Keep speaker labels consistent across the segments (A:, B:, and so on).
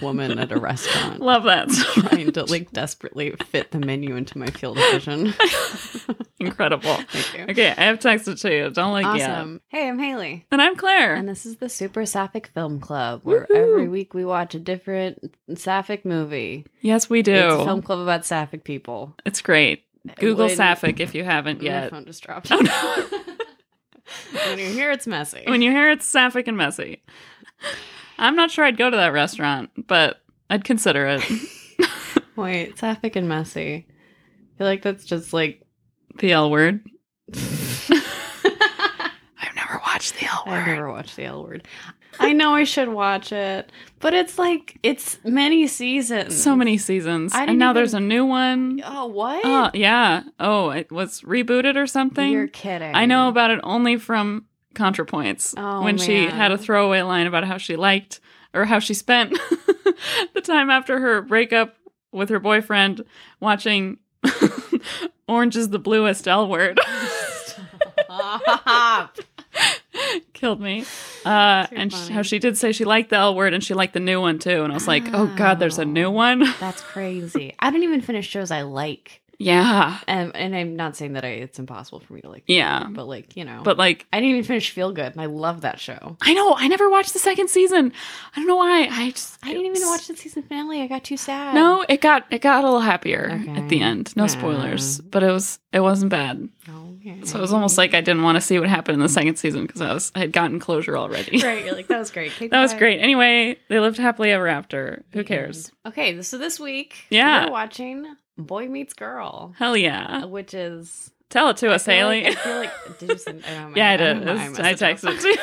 A: woman at a restaurant
B: Love that. so
A: trying to like desperately fit the menu into my field of vision.
B: Incredible.
A: Thank you.
B: Okay, I have texted to you. Don't like yeah.
A: Awesome. Hey, I'm Haley.
B: And I'm Claire.
A: And this is the Super Sapphic Film Club, where
B: Woohoo.
A: every week we watch a different Sapphic movie.
B: yes, we do.
A: It's a
B: It's,
A: film club about Sapphic people.
B: great. Google
A: When-
B: Sapphic if you haven't
A: My
B: yet.
A: phone just dropped.
B: Oh, no.
A: when you hear it's messy.
B: when you hear it's sapphic and messy. I'm not sure I'd go to that restaurant, but I'd consider it.
A: Wait, Sapphic and messy. I feel like that's just like.
B: The L word.
A: I've
B: I've never watched the L
A: never watched the L word. I know I should watch it, but it's like it's many seasons.
B: So many seasons.
A: I
B: And
A: didn't
B: now
A: even-
B: there's a new one.
A: Oh, what?
B: Oh, yeah. Oh, it was rebooted or something.
A: You're kidding.
B: I know about it only from ContraPoints
A: Oh,
B: when she
A: man.
B: had a throwaway line about how she liked or how she spent the time after her breakup with her boyfriend watching Orange is the Bluest L word.
A: Stop.
B: Killed me. Uh,
A: Too
B: and sh-
A: funny.
B: how she did say she liked the L word and she liked the new one too. And I was like, oh God, there's a new one.
A: That's crazy. I don't even finish shows I like.
B: yeah.
A: Um, and I'm not saying that I, it's impossible for me to like.
B: Yeah.
A: But like, you know.
B: But like,
A: I didn't even finish Feel Good, and I love that show.
B: I know, I never watched the second season. I don't know why. I just.
A: I didn't even watch the season finale. I got too sad.
B: No, it got it got a little happier at
A: Okay.
B: the end. No spoilers, but it was it wasn't bad.
A: Okay.
B: So it was almost like I didn't want to see what happened in the second season because I was I had gotten closure already.
A: right. You're like that was great. Keep
B: that was
A: going.
B: great. Anyway, they lived happily ever after. Who cares?
A: Okay, so this week,
B: Yeah.
A: we're watching Boy Meets Girl,
B: Hell yeah!
A: which is
B: Tell it to us,
A: I feel like-
B: Haley.
A: I feel like did you send? oh I don't know,
B: yeah, I
A: don't
B: did.
A: know why
B: It's-
A: messed
B: I
A: it up.
B: texted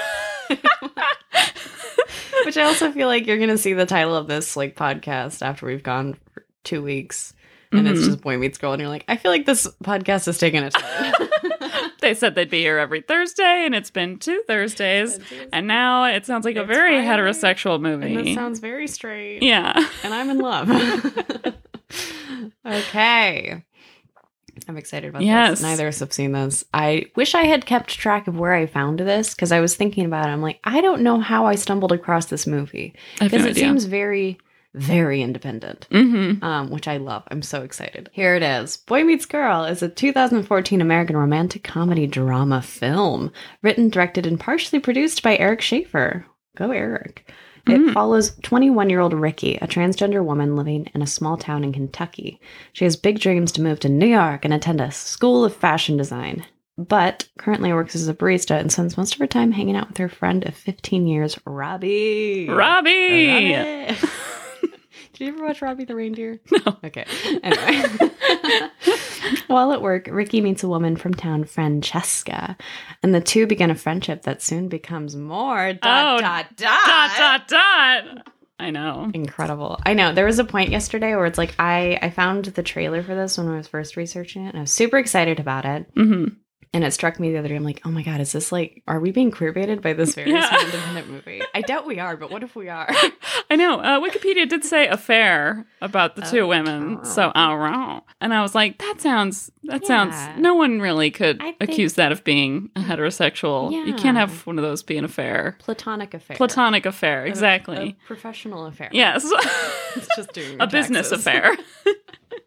B: it to you.
A: Which I also feel like you're gonna see the title of this like podcast after we've gone for two weeks, and it's
B: Mhm.
A: just Boy Meets Girl, and you're like, I feel like this podcast is taking a turn.
B: They said they'd be here every Thursday, and it's been two Thursdays, and now it sounds like a
A: It's
B: very
A: finally-
B: heterosexual
A: and that
B: movie.
A: sounds very straight.
B: yeah.
A: and I'm in love. okay. I'm excited about
B: Yes.
A: this. Neither of us have seen this. I wish I had kept track of where I found this because I was thinking about it. I'm like, I don't know how I stumbled across this movie
B: I have
A: because
B: no
A: it
B: idea.
A: seems very, very independent,
B: mm-hmm.
A: um, which I love. I'm so excited. Here it is Boy Meets Girl is a 2014 American romantic comedy drama film written, directed, and partially produced by Eric Schaefer. Go, Eric. It
B: Mm.
A: follows 21 year old Ricky, a transgender woman living in a small town in Kentucky. She has big dreams to move to New York and attend a school of fashion design, but currently works as a barista and spends most of her time hanging out with her friend of 15 years, Robbie.
B: Robbie.
A: Robbie. Did you ever watch Robbie the Reindeer? No. Okay. Anyway. While at work, Ricky meets a woman from town, Francesca, and the two begin a friendship that soon becomes more dot
B: Oh,
A: dot dot
B: Dot dot dot. I know.
A: Incredible. I know. There was a point yesterday where it's like I I found the trailer for this when I was first researching it and I was super excited about it.
B: hmm
A: And it struck me the other day. I'm like, oh my god, is this like are we being queer baited by this very
B: Yeah.
A: small independent movie? I doubt we are, but what if we are?
B: I know. Uh, Wikipedia did say affair about the
A: Oh,
B: two women. So all wrong. And I was like, that sounds. That
A: Yeah.
B: sounds. No one really could
A: I think-
B: accuse that of being a heterosexual. You can't
A: Yeah.
B: have one of those be an affair.
A: Platonic affair.
B: Platonic affair,
A: A-
B: exactly.
A: a professional affair.
B: Yes,
A: It's just doing
B: a business affair.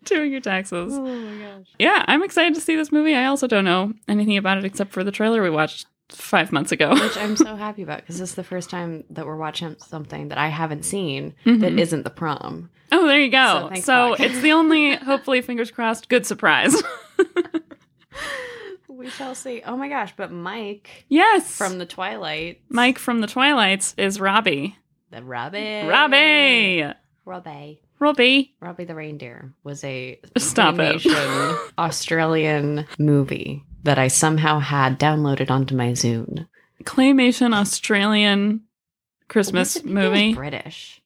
B: Doing your taxes.
A: oh my gosh.
B: Yeah, I'm excited to see this movie. I also don't know anything about it except for the trailer we watched five months ago.
A: Which I'm so happy about because this is the first time that we're watching something that I haven't seen that
B: Mhm.
A: isn't the prom.
B: Oh, there you go.
A: So, thanks,
B: So,
A: Doc.
B: it's the only, hopefully, fingers crossed, good surprise.
A: We shall see. Oh my gosh, but Mike
B: yes.
A: from the Twilight.
B: Mike from the Twilights is Robbie.
A: The Robbie.
B: Robbie.
A: Robbie.
B: Robbie.
A: Robbie the Reindeer was a
B: Stop it.
A: claymation Australian movie that I somehow had downloaded onto my Zune.
B: Claymation Australian
A: Was
B: Christmas
A: it- maybe it was
B: movie.
A: British.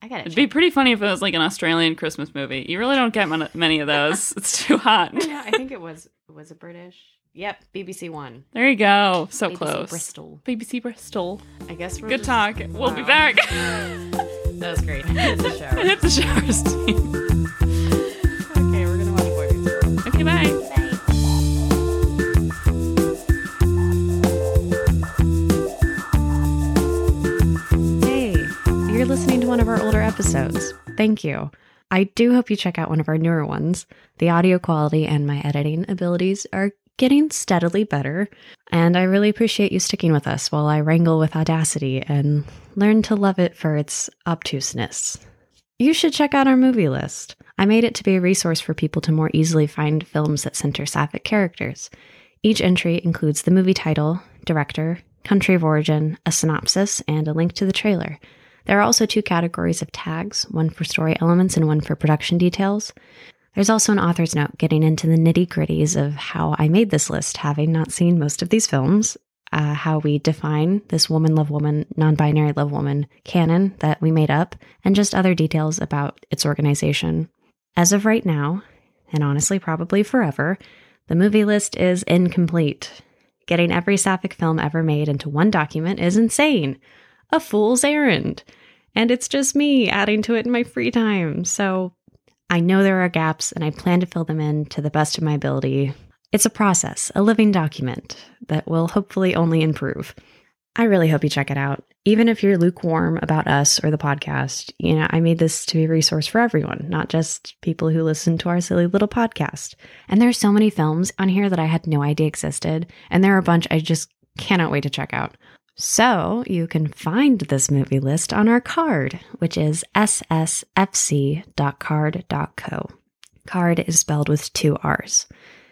A: I got
B: It'd
A: it.
B: be pretty funny if it was like an Australian Christmas movie. You really don't get mon- many of those. It's too hot.
A: I know. I think it was was it British. Yep, BBC One.
B: There you go. So
A: BBC
B: close.
A: Bristol.
B: BBC Bristol.
A: I guess we're
B: Good
A: just-
B: talk. We'll be
A: Wow.
B: back.
A: That was great. It's a show.
B: Hit the shower steam.
A: okay, we're gonna watch Boy Meets Girl.
B: Okay, bye. Hey.
A: You're listening to one of our older episodes. episodes. Thank you. I do hope you check out one of our newer ones. The audio quality and my editing abilities are getting steadily better, and I really appreciate you sticking with us while I wrangle with Audacity and learn to love it for its obtuseness. You should check out our movie list. I made it to be a resource for people to more easily find films that center sapphic characters. Each entry includes the movie title, director, country of origin, a synopsis, and a link to the trailer. There are also two categories of tags, one for story elements and one for production details. There's also an author's note getting into the nitty gritties of how I made this list, having not seen most of these films, uh, how we define this woman love woman, non binary love woman canon that we made up, and just other details about its organization. As of right now, and honestly probably forever, the movie list is incomplete. Getting every sapphic film ever made into one document is insane. A fool's errand. And it's just me adding to it in my free time. So I know there are gaps and I plan to fill them in to the best of my ability. It's a process, a living document that will hopefully only improve. I really hope you check it out. Even if you're lukewarm about us or the podcast, you know, I made this to be a resource for everyone, not just people who listen to our silly little podcast. And there are so many films on here that I had no idea existed, and there are a bunch I just cannot wait to check out. So you can find this movie list on our card, which is ssfc.card.co. Card is spelled with two R's.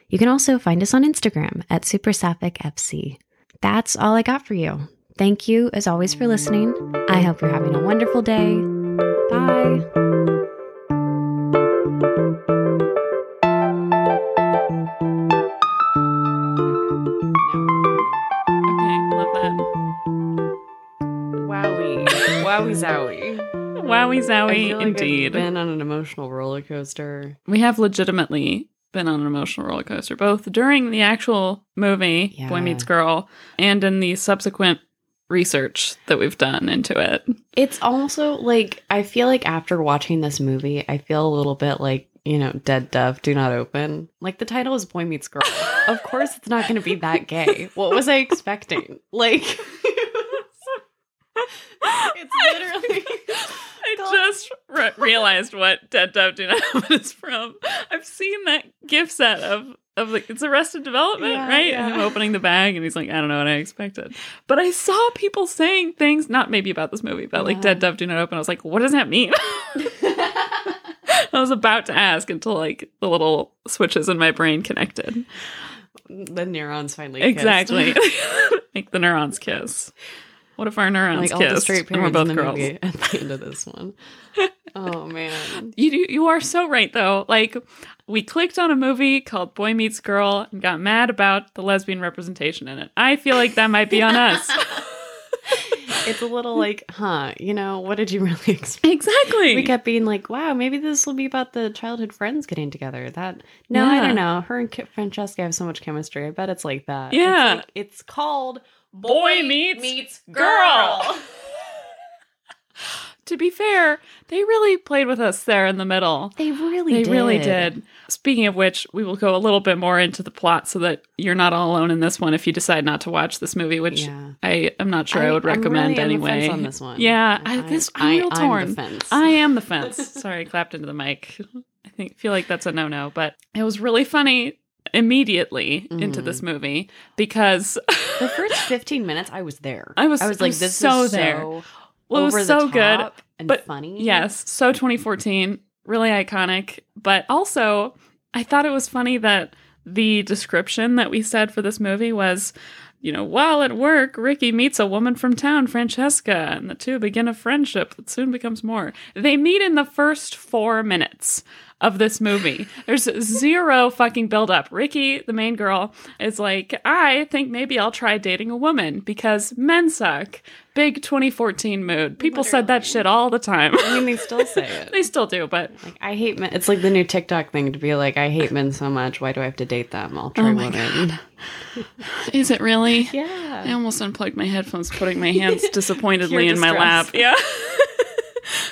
A: You can also find us on Instagram at SuperSappicFC. That's all I got for you. Thank you, as always, for listening. I hope you're having a wonderful day. Bye.
B: Okay, love that.
C: Wowie. Wowie zowie.
B: Wowie
C: I
B: zowie,
C: feel like I've
B: indeed.
C: been on an emotional roller coaster.
B: we have legitimately been on an emotional roller coaster, both during the actual movie, Boy
C: Yeah.
B: Meets Girl, and in the subsequent research that we've done into it.
C: It's also like I feel like after watching this movie, I feel a little bit like, you know, dead dove, do not open. Like the title is Boy Meets Girl. of course it's not gonna be that gay. What was I expecting? Like it's literally
B: I just re- realized what Dead Dove Do Not Have is from. I've seen that gift set of of like it's Arrested Development,
C: Yeah,
B: right?
C: yeah.
B: Him opening the bag and he's like, I don't know what I expected, but I saw people saying things not maybe about this movie, but like
C: Yeah.
B: Dead Dove Do Not Open. I was like, what does that mean? I was about to ask until like the little switches in my brain connected.
C: the neurons finally kissed.
B: Exactly, like the neurons kiss. What if our neurons
C: like all the
B: kiss?
C: straight
B: and we're
C: parents
B: both
C: in the
B: girls.
C: movie at the end of this one. Oh man.
B: You do, you are so right though. Like we clicked on a movie called Boy Meets Girl and got mad about the lesbian representation in it. I feel like that might be on us.
C: It's a little like, huh, you know, what did you really expect?
B: exactly.
C: We kept being like, wow, maybe this will be about the childhood friends getting together. That no, I
B: Yeah.
C: don't know. Her and Ki- Francesca have so much chemistry. I bet it's like that.
B: Yeah.
C: It's, like- it's called
B: Boy Meets Girl. to be fair, they really played with us there in the middle.
C: They really
B: They
C: did.
B: really did. Speaking of which, we will go a little bit more into the plot so that you're not all alone in this one if you decide not to watch this movie, which
C: Yeah.
B: I am not sure I, would
C: I'm
B: recommend
C: really on the
B: anyway.
C: fence on this one.
B: Yeah,
C: Like,
B: I, this
C: I-
B: I'm real
C: I'm the
B: torn.
C: fence.
B: I am the fence. Sorry, I clapped into the mic. I think feel like that's a no no, but it was really funny immediately into
C: Mhm.
B: this movie because
C: The first 15 minutes, I was there.
B: I was-
C: I was
B: I
C: like,
B: was
C: this
B: so
C: is
B: there.
C: so
B: well, it
C: over
B: was so
C: the
B: good.
C: top Mm-hmm. and
B: but-
C: funny.
B: Yes, so 2014, really iconic. But also, I thought it was funny that the description that we said for this movie was, you know, while at work, Ricky meets a woman from town, Francesca, and the two begin a friendship that soon becomes more. They meet in the first four minutes of this movie. There's zero fucking build up. Ricky, the main girl, is like, I think maybe I'll try dating a woman because men suck. Big 2014 mood. People said that shit all the time.
C: I mean, they still say it.
B: They still do, but
C: Like, I hate men. It's like the new TikTok thing to be like, I hate men so much. Why do I have to date them? I'll try
B: Oh my
C: women.
B: is it really?
C: Yeah.
B: I almost unplugged my headphones, putting my hands disappointedly
C: Pure
B: in my lap.
C: distress.
B: Yeah.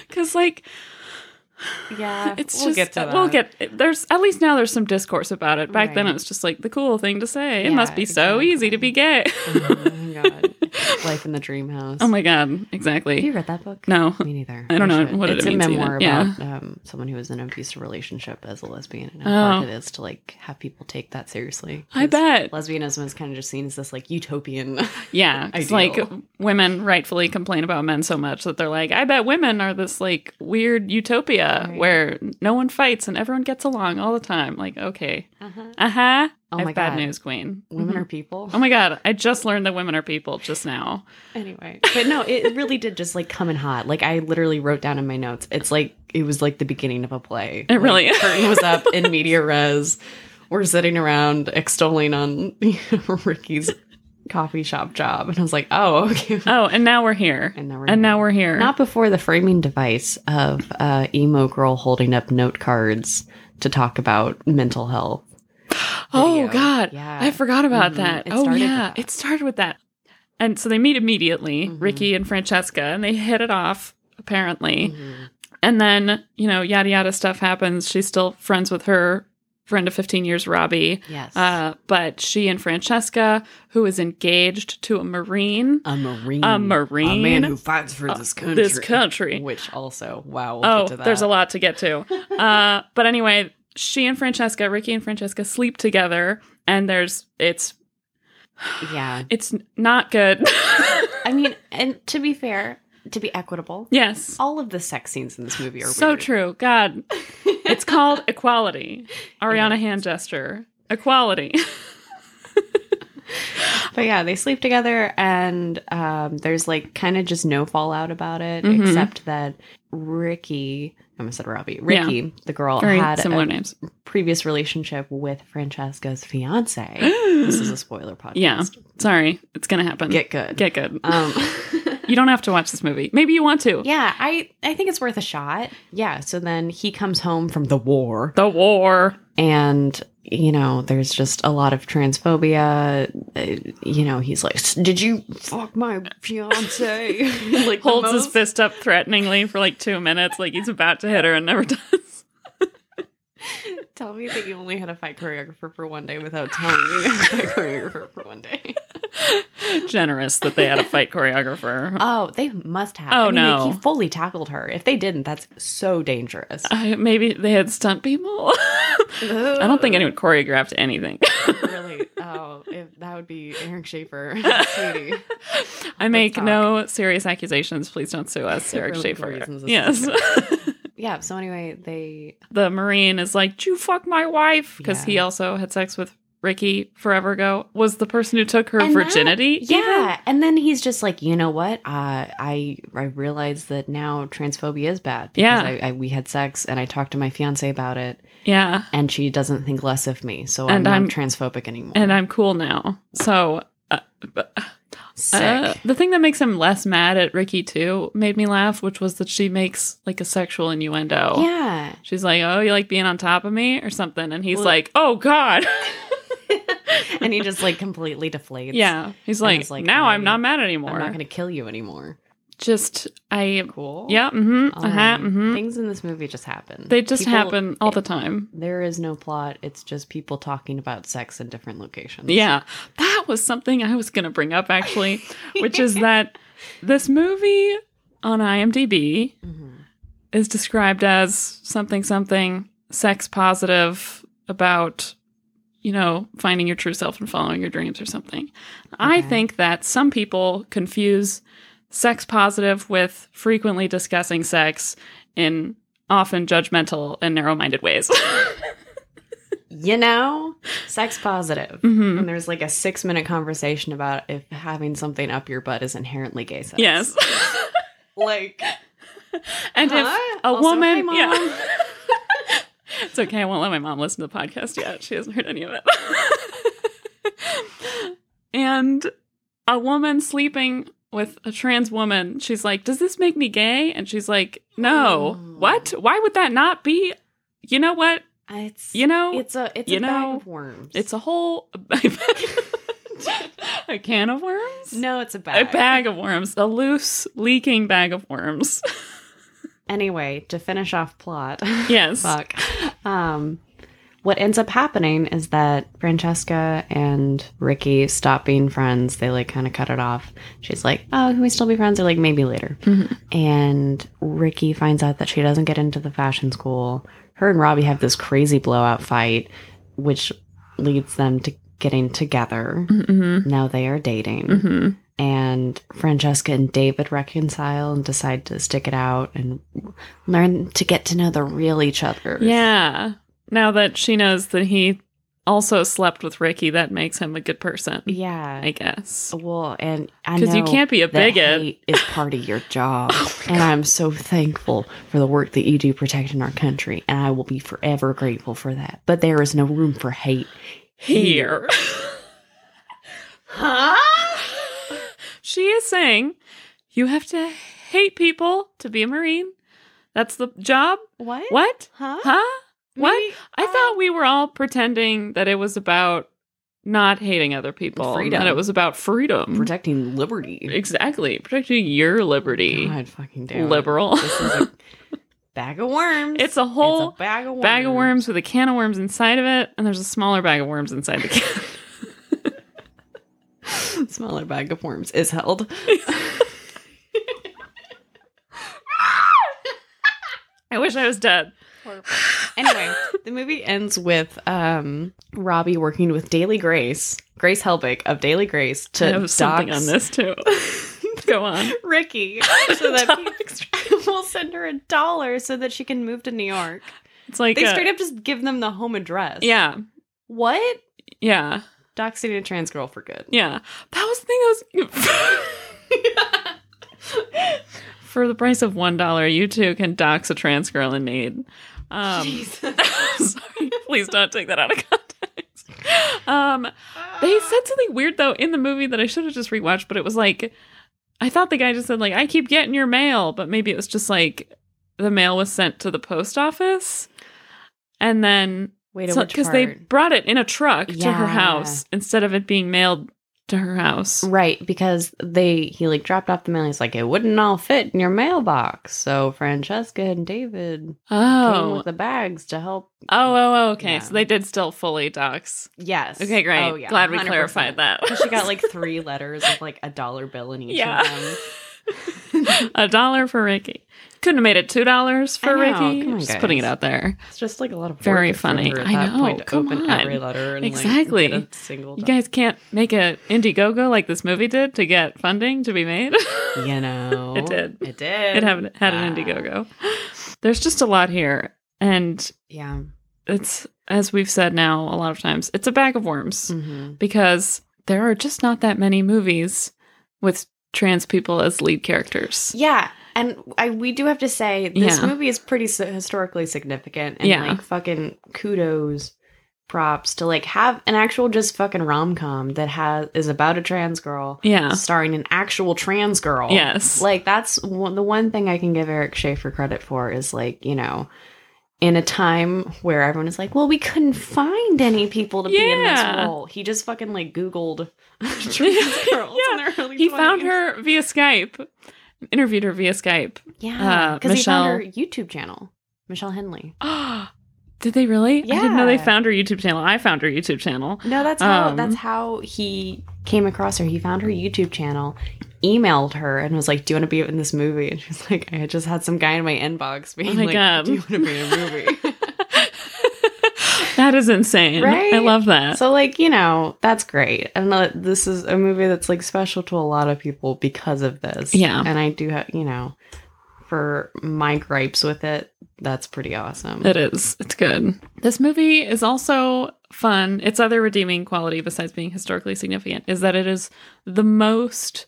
B: Because, like,
C: Yeah,
B: It's
C: we'll
B: just
C: get to that.
B: we'll get there's at least now there's some discourse about it. Back then
C: Right.
B: it was just like the cool thing to say. it
C: Yeah,
B: must be so easy to be gay.
C: Oh my god, life in the dream house.
B: oh my god, exactly.
C: Have you read that book?
B: no.
C: me neither.
B: I don't
C: You
B: know
C: should.
B: what it
C: it's
B: means
C: a
B: even.
C: memoir
B: Yeah.
C: about um, someone who was in an abusive relationship as a lesbian and how
B: Oh.
C: hard it is to like have people take that seriously.
B: I
C: 'Cause
B: bet.
C: lesbianism is kind of just seen as this like utopian.
B: Yeah, it's like
C: Ideal.
B: women rightfully complain about men so much that they're like, I bet women are this like weird utopia
C: Right.
B: where no one fights and everyone gets along all the time. Like, okay,
C: uh-huh.
B: uh huh.
C: Oh
B: I
C: my
B: have bad
C: God.
B: news, Queen.
C: Women
B: Mhm.
C: are people.
B: Oh my god! I just learned that women are people just now.
C: Anyway, but no, it really did just like come in hot. Like I literally wrote down in my notes. It's like it was like the beginning of a play.
B: It really
C: Like,
B: is.
C: curtain was up in media res. We're sitting around extolling on you know, Ricky's coffee shop job, and I was like, oh, okay.
B: Oh, and now we're here.
C: And now we're
B: And
C: here.
B: now we're here.
C: Not before the framing device of uh, emo girl holding up note cards to talk about mental health.
B: oh
C: video.
B: God,
C: Yeah.
B: I forgot about
C: Mhm.
B: that.
C: It
B: oh
C: started with
B: yeah,
C: that.
B: it started with that. And so they meet immediately,
C: Mhm.
B: Ricky and Francesca, and they hit it off apparently.
C: Mhm.
B: And then you know yada yada stuff happens. She's still friends with her friend of fifteen years, Robbie.
C: Yes,
B: Uh, but she and Francesca, who is engaged to a marine,
C: Mm, a marine,
B: a marine,
C: a man who fights for
B: Uh,
C: this country.
B: this country.
C: which also wow. We'll
B: oh,
C: get to that.
B: there's a lot to get to. Uh, but anyway, she and Francesca, Ricky and Francesca, sleep together, and there's it's
C: Yeah,
B: it's not good.
C: I mean, and to be fair, to be equitable,
B: yes,
C: all of the sex scenes in this movie are
B: so
C: weird.
B: true. God, it's called equality. Ariana
C: It
B: hand gesture. Equality.
C: But yeah, they sleep together, and um, there's like kind of just no fallout about it,
B: Mhm.
C: except that Ricky, I almost said Robbie, Ricky, the girl,
B: Very
C: had
B: similar
C: a
B: names.
C: previous relationship with Francesca's fiance. this is a spoiler podcast.
B: Yeah. Sorry, it's gonna happen.
C: get good.
B: Get good.
C: um,
B: you don't have to watch this movie. Maybe you want to.
C: yeah, I I think it's worth a shot. Yeah. So then he comes home from the war,
B: The war.
C: and you know there's just a lot of transphobia Uh, you know he's like "S- did you fuck my fiance like the
B: Holds his
C: most-
B: fist up threateningly for like two minutes, like he's about to hit her and never does.
C: tell me that you only had a fight choreographer for one day without telling me you had a fight choreographer for one day
B: generous that they had a fight choreographer.
C: oh they must have
B: Oh,
C: I mean, like,
B: no.
C: he fully tackled her if they didn't that's so dangerous
B: I, maybe they had stunt people. I don't think anyone choreographed anyone choreographed anything.
C: really oh if that would be Eric Schaefer sweetie
B: I make
C: talk.
B: no serious accusations. Please don't sue us, Eric
C: For legal
B: Schaefer.
C: reasons, this
B: Yes.
C: is- yeah so anyway they
B: the Marine is like, "Did you fuck my wife? Because
C: Yeah.
B: he also had sex with Ricky forever ago, was the person who took her
C: And that-
B: virginity.
C: Yeah, and then he's just like, you know what? Uh, I I realize that now transphobia is bad.
B: Yeah.
C: I, I, we had sex, and I talked to my fiance about it,
B: Even? Yeah.
C: and she doesn't think less of me, so
B: And
C: I'm,
B: I'm-
C: not transphobic anymore.
B: And I'm cool now. So. Uh, but-
C: sick.
B: Uh, the thing that makes him less mad at Ricky too made me laugh, which was that she makes like a sexual innuendo.
C: Oh. yeah,
B: She's like, "Oh, you like being on top of me or something," and he's
C: Well-
B: like, "Oh God,
C: and he just like completely deflates.
B: yeah." He's like,
C: it's like,
B: "Now
C: I-
B: I'm not mad anymore.
C: I'm not gonna kill you anymore.
B: Just I,
C: Cool.
B: yeah, mm-hmm,
C: Um,
B: uh-huh, mm-hmm.
C: Things in this movie just happen.
B: They just
C: People-
B: happen all the time.
C: There is no plot. It's just people talking about sex in different locations.
B: Yeah, that was something I was gonna bring up actually, which is that this movie on IMDb
C: Mhm.
B: is described as something something sex positive about you know finding your true self and following your dreams or something i
C: Okay.
B: think that some people confuse sex positive with frequently discussing sex in often judgmental and narrow-minded ways
C: You know, sex positive.
B: Mhm.
C: And there's like a six minute conversation about if having something up your butt is inherently gay sex.
B: yes
C: Like,
B: and
C: Huh?
B: if a
C: Also,
B: woman
C: hi, Mom.
B: yeah it's okay i won't let my mom listen to the podcast yet she hasn't heard any of it and a woman sleeping with a trans woman she's like does this make me gay and she's like no
C: Hmm.
B: what why would that not be you know what
C: it's,
B: you know
C: it's a, it's
B: you
C: a
B: know,
C: bag of worms.
B: it's a whole a can of worms
C: no, it's a bag.
B: a bag of worms a loose leaking bag of worms
C: Anyway, to finish off plot,
B: Yes.
C: fuck. Um, what ends up happening is that Francesca and Ricky stop being friends. They like kind of cut it off. She's like, "Oh, can we still be friends?" They're like, "Maybe later."
B: Mhm.
C: And Ricky finds out that she doesn't get into the fashion school. Her and Robbie have this crazy blowout fight, which leads them to getting together.
B: Mm-hmm.
C: Now they are dating
B: Mm-hmm.
C: and Francesca and David reconcile and decide to stick it out and learn to get to know the real each other.
B: Yeah. Now that she knows that he also slept with Ricky, that makes him a good person,
C: Yeah.
B: I guess.
C: well, and Oh, I know
B: Because you can't be Oh a
C: that
B: bigot.
C: hate is part of your job. and I'm so thankful for the work that you do protecting our country, and I will be forever grateful for that. But there is no room for hate.
B: here. huh? She is saying you have to hate people to be a Marine. That's the job.
C: What?
B: What?
C: Huh?
B: Huh? What?
C: Maybe,
B: I
C: uh,
B: thought we were all pretending that it was about not hating other people.
C: Freedom.
B: That it was about freedom.
C: protecting liberty.
B: exactly. Protecting your liberty.
C: God fucking damn. it.
B: Liberal.
C: This is a bag of worms.
B: It's a whole
C: It's a bag of worms.
B: bag of worms with a can of worms inside of it, and there's a smaller bag of worms inside the can.
C: Smaller bag of worms is held.
B: I wish I was dead.
C: Anyway, the movie ends with um, Robbie working with Daily Grace, Grace Helbig of Daily Grace,
B: I
C: to
B: have something on
C: dox
B: this too. Go on.
C: Ricky so that people will send her a dollar so that she can move to New York.
B: It's like
C: They
B: a-
C: straight up just give them the home address.
B: yeah,
C: What?
B: yeah,
C: Doxing a trans girl for good.
B: yeah. That was the thing. That was for the price of one dollar, you too can dox a trans girl in need. Um, sorry, please don't take that out of context. Um, They said something weird though in the movie that I should have just rewatched, but it was like I thought the guy just said like I keep getting your mail, but maybe it was just like the mail was sent to the post office, and then
C: Wait, a which
B: because they
C: part?
B: brought it in a truck to her
C: Yeah.
B: house instead of it being mailed to her house.
C: Right, because they he like dropped off the mail. He's like, it wouldn't all fit in your mailbox. So Francesca and David came
B: Oh,
C: with the bags to help.
B: oh, oh, oh, okay.
C: Yeah.
B: So they did still fully docs.
C: Yes.
B: Okay, great.
C: Oh, yeah,
B: Glad we
C: 100%.
B: clarified that.
C: 'Cause she got like three letters with like a dollar bill in each
B: Yeah.
C: of them.
B: a dollar for Ricky. Couldn't have made it two dollars for
C: I know.
B: Ricky.
C: Come on,
B: just putting it
C: guys.
B: out there.
C: It's just like a lot of work
B: Very
C: for
B: funny.
C: her at
B: I
C: that
B: know.
C: Point, to
B: Come
C: open
B: on.
C: every letter and
B: Exactly.
C: like, get a single.
B: You
C: dollar.
B: guys can't make a Indiegogo like this movie did to get funding to be made.
C: you know,
B: It did.
C: It did.
B: it had, had an
C: Ah.
B: Indiegogo. There's just a lot here, and
C: Yeah.
B: it's as we've said now a lot of times, it's a bag of worms
C: Mhm.
B: because there are just not that many movies with trans people as lead characters.
C: Yeah. And I, we do have to say this
B: Yeah.
C: movie is pretty s historically significant and
B: Yeah.
C: like fucking kudos props to like have an actual just fucking rom-com that has is about a trans girl
B: Yeah.
C: starring an actual trans girl.
B: Yes.
C: Like that's one, the one thing I can give Eric Schaefer credit for is like, you know, in a time where everyone is like, well, we couldn't find any people to be in this
B: Yeah.
C: role. He just fucking like Googled trans girls in their early
B: he found
C: 20s.
B: her via Skype, interviewed her via Skype.
C: Yeah,
B: uh,
C: because he
B: Michelle-
C: found her YouTube channel, Michelle Henley.
B: Did they really? I didn't know they
C: Yeah.
B: found her YouTube channel. I found her YouTube channel.
C: No, that's how
B: Um,
C: that's how he came across her. He found her YouTube channel, emailed her, and was like, "Do you want to be in this movie?" And she's like, "I just had some guy in my inbox being
B: Oh my
C: like,
B: God.
C: do you want to be in a movie?"
B: That is insane. I
C: Right?
B: love that.
C: so, like, you know, that's great. And uh, this is a movie that's like special to a lot of people because of this.
B: Yeah.
C: and I do have, you know, for my gripes with it, that's pretty awesome.
B: It is. It's good. This movie is also fun. Its other redeeming quality, besides being historically significant, is that it is the most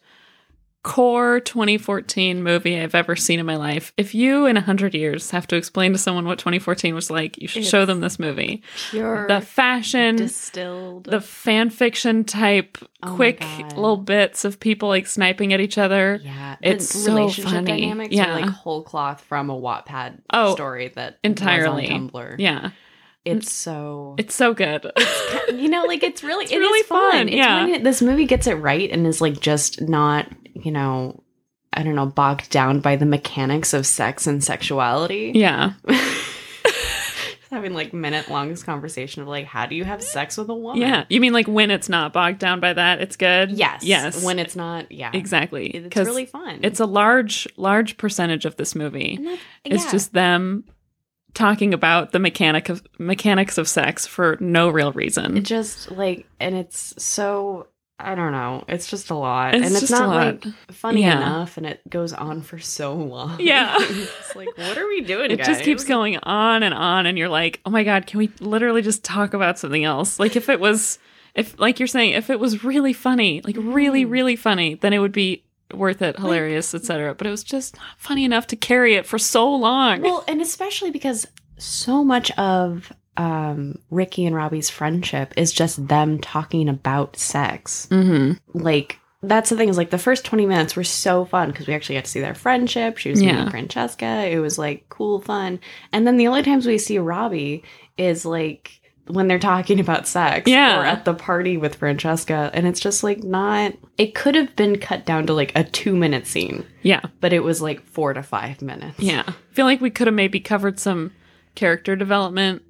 B: core 2014 movie I've ever seen in my life. If you, in 100 years, have to explain to someone what 2014 was like, you should show them this movie.
C: Pure,
B: The fashion.
C: distilled,
B: the fan fiction type
C: Oh my
B: quick
C: God.
B: little bits of people like sniping at each other.
C: Yeah,
B: It's
C: the
B: so
C: relationship
B: funny.
C: dynamics
B: Yeah.
C: are like whole cloth from a Wattpad
B: Oh,
C: story that
B: entirely.
C: was on Tumblr.
B: Yeah.
C: it's so
B: It's so good.
C: you know, like it's really it's
B: really
C: really fun.
B: fun,
C: It's
B: yeah.
C: when it- this movie gets it right and is like just not you know I don't know, bogged down by the mechanics of sex and sexuality.
B: Yeah.
C: Having like minute longest conversation of like, how do you have sex with a woman?
B: Yeah. You mean like when it's not bogged down by that, it's good?
C: Yes.
B: Yes.
C: When it's not, yeah.
B: exactly.
C: It's
B: 'Cause
C: really fun.
B: it's a large, large percentage of this movie.
C: And that's-
B: It's
C: yeah.
B: just them talking about the mechanic of mechanics of sex for no real reason.
C: It just like, and it's so, I don't know. It's just a lot.
B: It's
C: and it's
B: just
C: not
B: a lot.
C: like funny
B: Yeah.
C: enough. And it goes on for so long.
B: Yeah.
C: it's like, what are we doing?
B: it just keeps
C: guys?
B: going on and on and you're like oh my god can we literally just talk about something else like if it was if like you're saying if it was really funny like really
C: Mhm.
B: really funny then it would be worth it hilarious etc but it was just not funny enough to carry it for so long
C: Well, and especially because so much of um, Ricky and Robbie's friendship is just them talking about sex.
B: mm-hmm.
C: Like, that's the thing is like the first 20 minutes were so fun because we actually got to see their friendship. She was
B: Yeah.
C: meeting Francesca. It was like cool fun. And then the only times we see Robbie is like when they're talking about sex
B: Yeah.
C: or at the party with Francesca. And it's just like not, it could have been cut down to like a two minute scene,
B: yeah
C: but it was like four to five minutes.
B: yeah i feel like we could have maybe covered some character development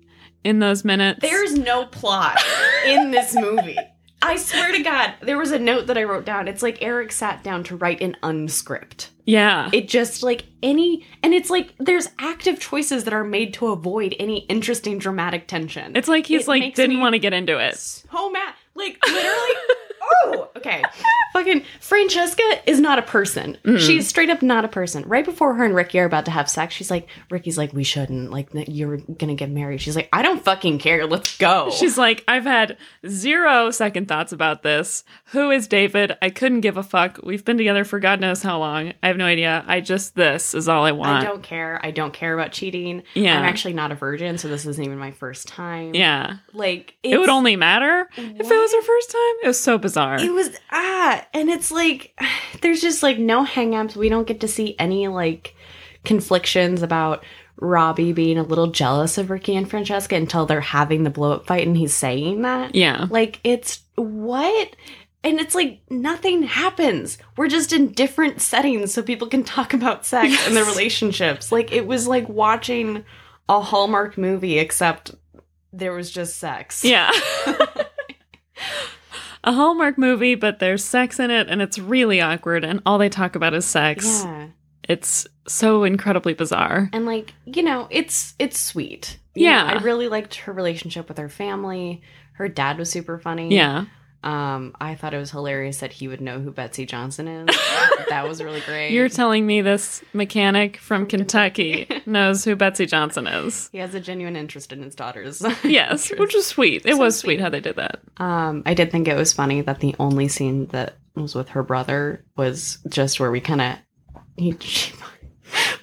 B: in those minutes
C: There's no plot in this movie. I swear to God, there was a note that I wrote down. It's like Eric sat down to write an unscript.
B: yeah
C: It just like any, and it's like there's active choices that are made to avoid any interesting dramatic tension.
B: it's like he's
C: it
B: like
C: makes
B: didn't
C: me-
B: want to get into it
C: so mad. Like literally, oh, okay. Fucking Francesca is not a person. She's straight up not a person. Right before her and Ricky are about to have sex, she's like, Ricky's like, we shouldn't. Like, you're gonna get married. She's like, I don't fucking care. Let's go.
B: She's like, I've had zero second thoughts about this. Who is David? I couldn't give a fuck. We've been together for God knows how long. I have no idea. I just, this is all I
C: I
B: want.
C: don't care. I don't care about cheating.
B: Yeah.
C: I'm actually not a virgin, so this isn't even my first time.
B: yeah.
C: Like
B: It would
C: it's-
B: only matter if it was her first time. It was so bizarre.
C: it was ah and it's like there's just like no hangups. We don't get to see any like conflictions about Robbie being a little jealous of Ricky and Francesca until they're having the blow up fight and he's saying that.
B: yeah.
C: Like it's what? And it's like nothing happens. We're just in different settings so people can talk about sex and their
B: Yes.
C: relationships. Like it was like watching a Hallmark movie except there was just sex.
B: Yeah. a Hallmark movie, but there's sex in it and it's really awkward and all they talk about is sex.
C: Yeah.
B: It's so incredibly bizarre.
C: And like, you know, it's it's sweet.
B: Yeah.
C: I really liked her relationship with her family. Her dad was super funny.
B: Yeah.
C: Um, I thought it was hilarious that he would know who Betsy Johnson is. that was really great.
B: You're telling me this mechanic from Kentucky knows who Betsy Johnson is.
C: he has a genuine interest in his daughters.
B: Yes, which was sweet. It
C: So
B: was sweet
C: sweet.
B: how they did that.
C: Um, I did think it was funny that the only scene that was with her brother was just where we kind of he she,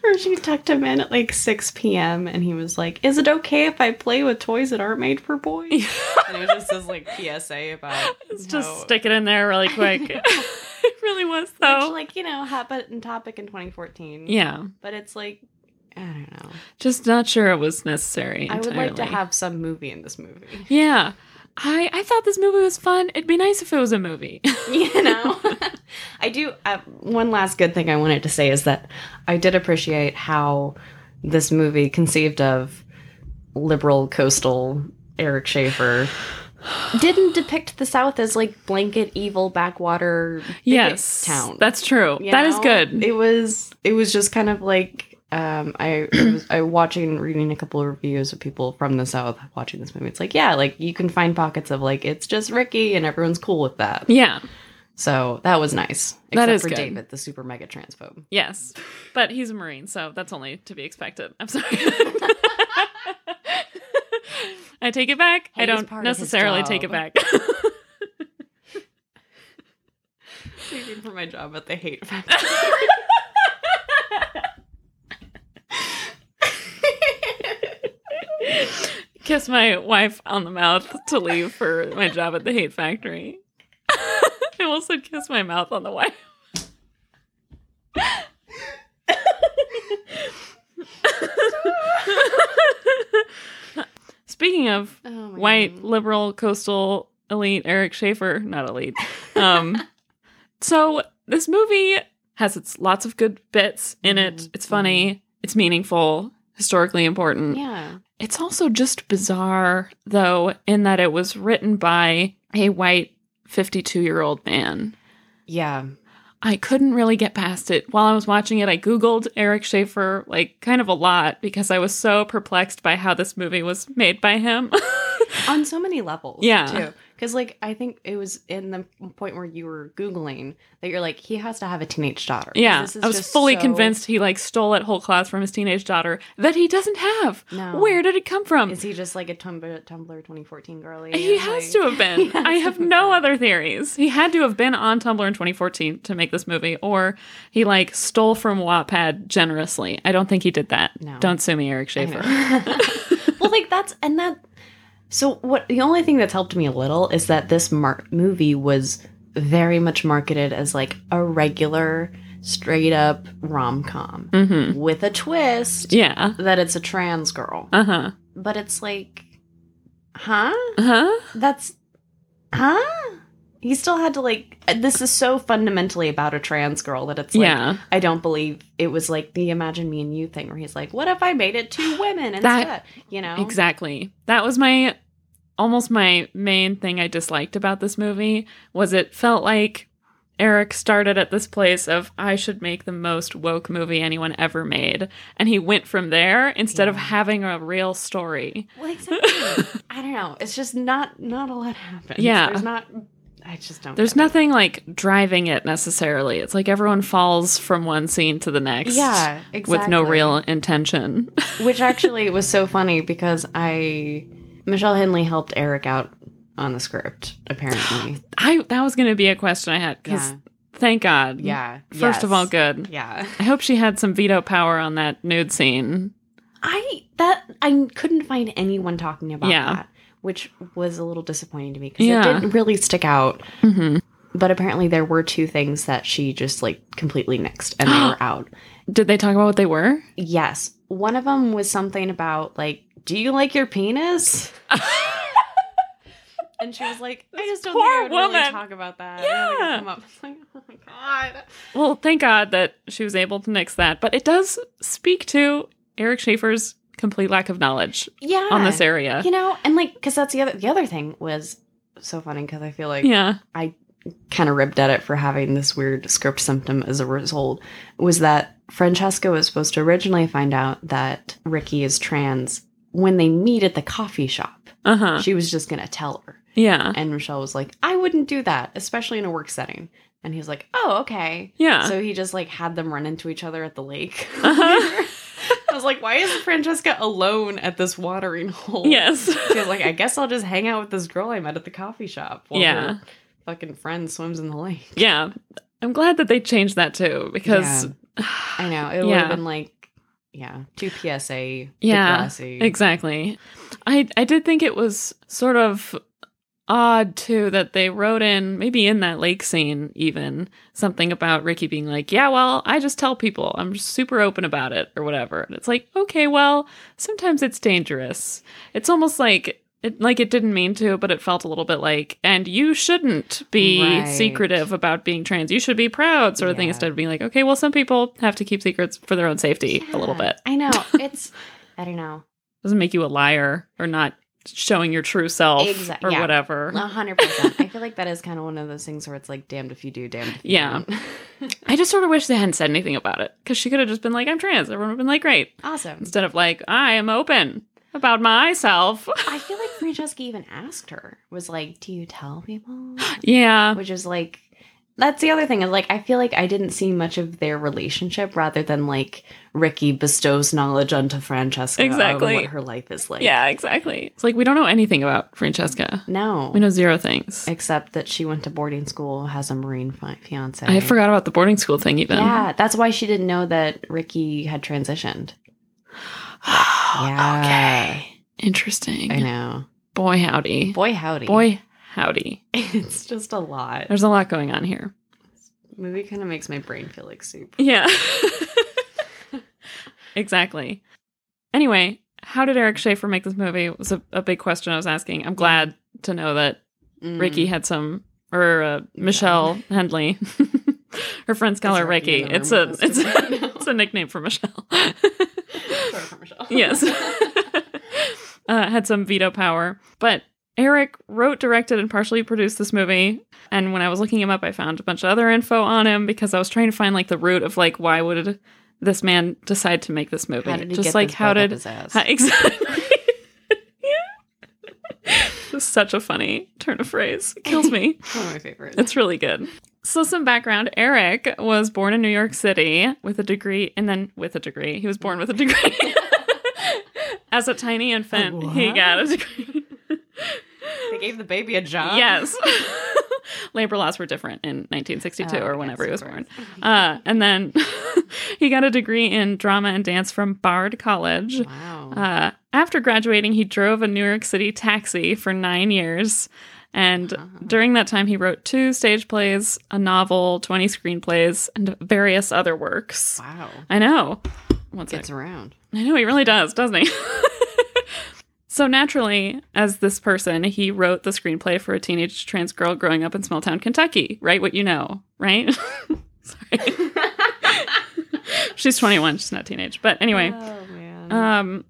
C: where she tucked him in at like six p.m. and he was like, "Is it okay if I play with toys that aren't made for boys?" and it was just this like PSA about
B: Let's
C: how-
B: just stick it in there really quick. it really was
C: which,
B: though.
C: like you know hot button topic in 2014.
B: yeah,
C: but it's like I don't know.
B: just not sure it was necessary.
C: I would like to
B: entirely.
C: have some movie in this movie.
B: Yeah, I I thought this movie was fun. It'd be nice if it was a movie.
C: you know i do uh, one last good thing i wanted to say is that i did appreciate how this movie conceived of liberal coastal eric schaefer didn't depict the south as like blanket evil backwater bigot
B: yes,
C: town
B: That's true.
C: you
B: That is
C: know?
B: good.
C: it was it was just kind of like um i it was i watching reading a couple of reviews of people from the south watching this movie it's like yeah like you can find pockets of like it's just ricky and everyone's cool with that
B: yeah.
C: so that was nice. Except
B: That is
C: for
B: good.
C: David, the super mega transphobe.
B: Yes, but he's a marine, so that's only to be expected. I'm sorry. I take it back.
C: Hey,
B: I
C: it's
B: don't
C: part of his
B: necessarily take it
C: job.
B: back.
C: Saving for my job at the hate factory.
B: kiss my wife on the mouth to leave for my job at the hate factory. I also kiss my mouth on the wife. Speaking of
C: oh my
B: white
C: God.
B: liberal coastal elite Eric Schaefer, not elite. Um, so this movie has its lots of good bits in it. It's funny, it's meaningful, historically important.
A: Yeah.
B: It's also just bizarre, though, in that it was written by a white 52 year old man.
C: Yeah.
B: I couldn't really get past it. While I was watching it, I Googled Eric Schaefer, like, kind of a lot because I was so perplexed by how this movie was made by him.
C: On so many levels.
B: Yeah.
C: Too. Because, like, I think it was in the point where you were Googling that you're like, he has to have a teenage daughter. 'Cause
B: yeah,
C: this is
B: I was
C: just
B: fully
C: so-
B: convinced he, like, stole it whole cloth from his teenage daughter that he doesn't have.
C: No.
B: Where did it come from?
C: Is he just like a Tumblr, Tumblr 2014 girly?
B: He
C: and,
B: has to
C: like-
B: have been.
C: He has
B: I
C: to
B: have no other theories. He had to have been on Tumblr in 2014 to make this movie, or he like stole from Wattpad generously. I don't think he did that.
C: No.
B: Don't sue me, Eric Schaefer.
C: well, like that's and that. So what? The only thing that's helped me a little is that this mar- movie was very much marketed as like a regular, straight up rom com
B: hmm
C: with a twist
B: Yeah.
C: that it's a trans girl.
B: Uh huh.
C: But it's like, huh?
B: Uh huh.
C: That's huh? He still had to like. This is so fundamentally about a trans girl that it's like,
B: yeah.
C: I don't believe it was like the Imagine Me and You thing where he's like, what if I made it two women instead?
B: That-
C: you know?
B: Exactly. That was my almost my main thing I disliked about this movie was it felt like Eric started at this place of I should make the most woke movie anyone ever made and he went from there instead of
C: Yeah.
B: having a real story.
C: Well, exactly. I don't know. It's just not not a lot happens.
B: Yeah.
C: There's not. I just don't.
B: There's
C: get it.
B: nothing like driving it necessarily. It's like everyone falls from one scene to the next.
C: Yeah, exactly.
B: With no real intention.
C: Which actually was so funny because I Michelle Henley helped Eric out on the script apparently.
B: I that was going to be a question I had cuz
C: Yeah.
B: thank God.
C: Yeah.
B: First of
C: yes.
B: all, good.
C: Yeah.
B: I hope she had some veto power on that nude scene.
C: I that I couldn't find anyone talking about
B: Yeah.
C: that, which was a little disappointing to me because
B: Yeah.
C: it didn't really stick out.
B: Mm-hmm.
C: But apparently, there were two things that she just like completely nixed, and they were out.
B: Did they talk about what they were?
C: Yes, one of them was something about like, "Do you like your penis?" and she was like, "I just don't think I
B: poor
C: would
B: woman.
C: really talk about that." I don't think
B: Yeah.
C: it'd come up. It's like, oh my god.
B: Well, thank God that she was able to nix that, but it does speak to Eric Schaefer's complete lack of knowledge
C: Yeah,
B: on this area.
C: you know, and like, because that's the other the other thing was so funny because I feel like
B: Yeah.
C: kind of ribbed at it for having this weird script symptom as a result was that Francesca was supposed to originally find out that Ricky is trans when they meet at the coffee shop.
B: Uh huh.
C: She was just going to tell her.
B: Yeah.
C: And Michelle was like, I wouldn't do that, especially in a work setting. And he's like, oh, okay.
B: Yeah.
C: So he just like had them run into each other at the lake.
B: Uh-huh.
C: I was like, why is Francesca alone at this watering hole?
B: yes.
C: She was like, I guess I'll just hang out with this girl I met at the coffee shop. while
B: Yeah.
C: her Fucking friend swims in the lake.
B: yeah. I'm glad that they changed that too because
C: I know. It would
B: Yeah.
C: have been like, yeah, two PSA.
B: Yeah,
C: Degrassi.
B: Exactly. I I did think it was sort of odd too that they wrote in maybe in that lake scene even something about Ricky being like, "Yeah, well, I just tell people. I'm just super open about it or whatever." And it's like, "Okay, well, sometimes it's dangerous." It's almost like it like it didn't mean to, but it felt a little bit like, "And you shouldn't be
C: Right.
B: secretive about being trans. You should be proud." sort of thing
C: Yeah.
B: instead of being like, "Okay, well, some people have to keep secrets for their own safety a little
C: Yeah,
B: bit."
C: I know. It's, I don't know.
B: doesn't make you a liar or not showing your true self
C: Exact-
B: or
C: yeah.
B: whatever.
C: 100%. I feel like that is kind of one of those things where it's like, damned if you do, damned if you
B: Yeah.
C: don't.
B: I just sort of wish they hadn't said anything about it because she could have just been like, I'm trans. Everyone would have been like, great.
C: awesome.
B: Instead of like, I am open about myself.
C: I feel like Francesca even asked her, was like, do you tell people?
B: yeah.
C: Which is like, that's the other thing is like I feel like I didn't see much of their relationship rather than like Ricky bestows knowledge unto Francesca
B: Exactly.
C: on what her life is like.
B: Yeah, exactly. It's like, we don't know anything about Francesca.
C: No.
B: We know zero things. I,
C: except that she went to boarding school, has a marine fi- fiance.
B: forgot about the boarding school thing even.
C: Yeah, that's why she didn't know that Ricky had transitioned. Yeah.
B: Okay. Interesting.
C: I know.
B: Boy, howdy.
C: Boy, howdy.
B: Boy, howdy.
C: it's just a lot.
B: There's a lot going on here.
C: Movie kind of makes my brain feel like soup.
B: Yeah. exactly. Anyway, how did Eric Schaefer make this movie? It was a, a big question I was asking. I'm glad to know that
C: Mm.
B: Ricky had some, or uh, Michelle Hendley, Her friends call
C: Is
B: her
C: Ricky
B: Ricky.
C: in the
B: It's
C: room
B: a
C: with us
B: it's
C: right
B: a,
C: now?
B: it's a nickname for Michelle.
C: Sorry for Michelle.
B: yes. uh, had some veto power. But Eric wrote, directed, and partially produced this movie. And when I was looking him up, I found a bunch of other info on him because I was trying to find like the root of like why would this man decide to make this movie?
C: How did he
B: Just
C: get
B: like
C: this
B: how
C: bug up
B: did
C: his ass?
B: how- exactly? It's Such a funny turn of phrase. It kills me.
C: One of my favorites.
B: It's really good. So some background, Eric was born in New York City with a degree and then with a degree. He was born with a degree. As a tiny infant, he
C: What?
B: got a degree.
C: they gave the baby a job.
B: yes. Labor laws were different in 1962
C: Oh,
B: or whenever he was
C: yes, of
B: born. Uh, and then he got a degree in drama and dance from Bard College.
C: Wow.
B: Uh, after graduating, he drove a New York City taxi for nine years. And
C: Wow.
B: during that time, he wrote two stage plays, a novel, 20 screenplays, and various other works.
C: wow.
B: I know. What's
C: Gets around.
B: I know he really does, doesn't he? so naturally, as this person, he wrote the screenplay for a teenage trans girl growing up in small town Kentucky. Right, what you know, right? Sorry. she's 21, she's not teenage. But anyway,
C: Oh man.
B: um,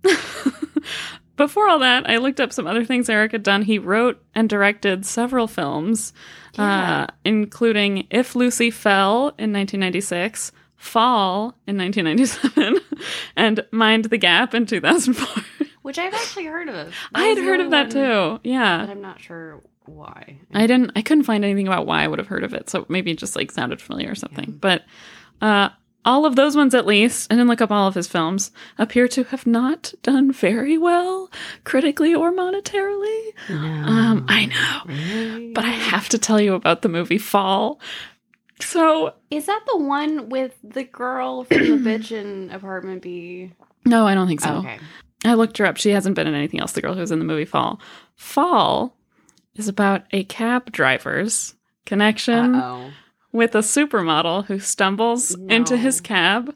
B: before all that, I looked up some other things Eric had done. He wrote and directed several films,
C: Yeah.
B: uh, including If Lucy Fell in 1996, Fall in 1997, and Mind the Gap in 2004.
C: Which I've actually heard of. That
B: I had
C: was the
B: heard
C: only
B: of that
C: one,
B: too. Yeah.
C: But I'm not sure why.
B: I didn't. I couldn't find anything about why I would have heard of it. So maybe it just like sounded familiar or something. But uh, all of those ones, at least, I didn't look up all of his films, appear to have not done very well critically or monetarily. Um, I know,
C: Really?
B: but I have to tell you about the movie Fall. So
C: is that the one with the girl from the bitch in apartment B?
B: no, I don't think so.
C: Okay.
B: I looked her up. She hasn't been in anything else. The girl who was in the movie Fall. Fall is about a cab driver's connection.
C: Uh oh.
B: with a supermodel who stumbles
C: No.
B: into his cab.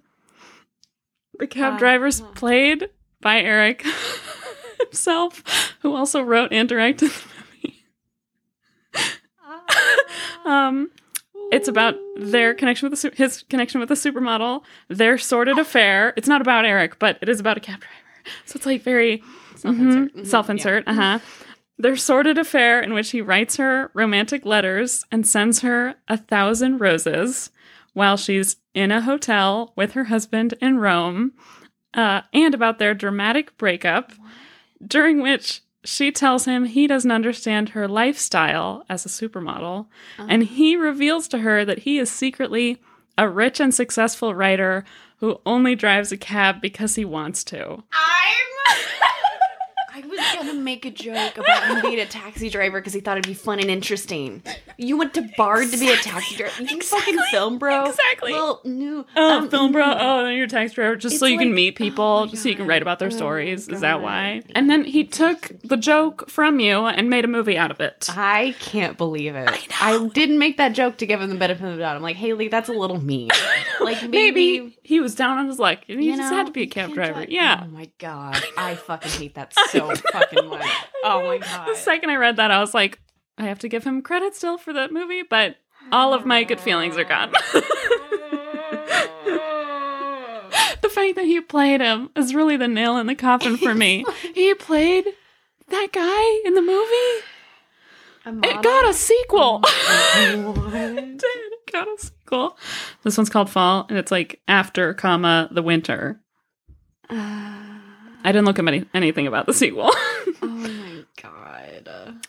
B: The cab
C: Wow.
B: driver's
C: Wow.
B: played by Eric himself, who also wrote and directed the movie. Um, it's about their connection with the su- his connection with the supermodel, their sordid affair. It's not about Eric, but it is about a cab driver. So it's like very
C: Self-insert.
B: Mhm.
C: Mhm.
B: Self-insert.
C: Yeah.
B: Uh huh. Their sordid affair in which he writes her romantic letters and sends her a thousand roses while she's in a hotel with her husband in Rome, uh, and about their dramatic breakup, during which she tells him he doesn't understand her lifestyle as a supermodel,
C: Uh-huh.
B: and he reveals to her that he is secretly a rich and successful writer who only drives a cab because he wants to.
C: I'm. I was gonna make a joke about him being a taxi driver because he thought it'd be fun and interesting. You went to Bard to be a taxi driver. You fucking film, bro.
B: exactly.
C: Well, new.
B: Oh,
C: um,
B: film bro. Oh, and your tax driver, just so
C: It's
B: you can
C: like-
B: meet
C: oh
B: people,
C: my
B: just so you can
C: God.
B: write about their
C: Oh my
B: stories. Is that
C: God.
B: why? And then he took the joke from you and made a movie out of it.
C: I can't believe it. I, didn't make that joke to give him the benefit of the doubt. I'm like, Haley, that's a little mean. like maybe,
B: Maybe he was down on his luck and he
C: you
B: just
C: know,
B: had to be a
C: you
B: cab
C: can't
B: driver.
C: drive-
B: Yeah.
C: Oh my god, I fucking hate that so fucking much. Oh my god.
B: The second I read that, I was like, I have to give him credit still for that movie, but all of my good feelings are gone. the fact that he played him is really the nail in the coffin for me. he played that guy in the movie.
C: A
B: It
C: model?
B: got a sequel.
C: What?
B: It did. It got a sequel. This one's called Fall, and it's like after, comma, the winter. I didn't look up any- anything about the sequel.
C: Uh, oh my god.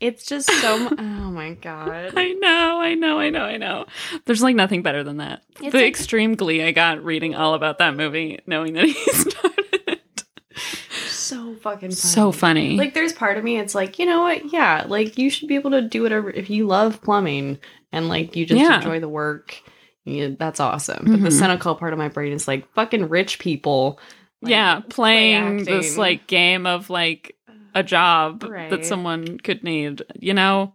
C: It's just so. mu- oh my god.
B: I know, I know, I know, I know. There's like nothing better than that.
C: It's
B: the
C: like-
B: extreme glee I got reading all about that movie, knowing that he started it.
C: so fucking. Funny.
B: So funny.
C: Like, there's part of me. It's like, you know what? Yeah, like you should be able to do whatever if you love plumbing and like you just
B: Yeah.
C: enjoy the work. Yeah, that's awesome. But the
B: Mhm.
C: cynical part of my brain is like fucking rich people. like,
B: yeah, playing this
C: acting.
B: like game of like
C: uh,
B: a job that
C: Right.
B: someone could need, you know?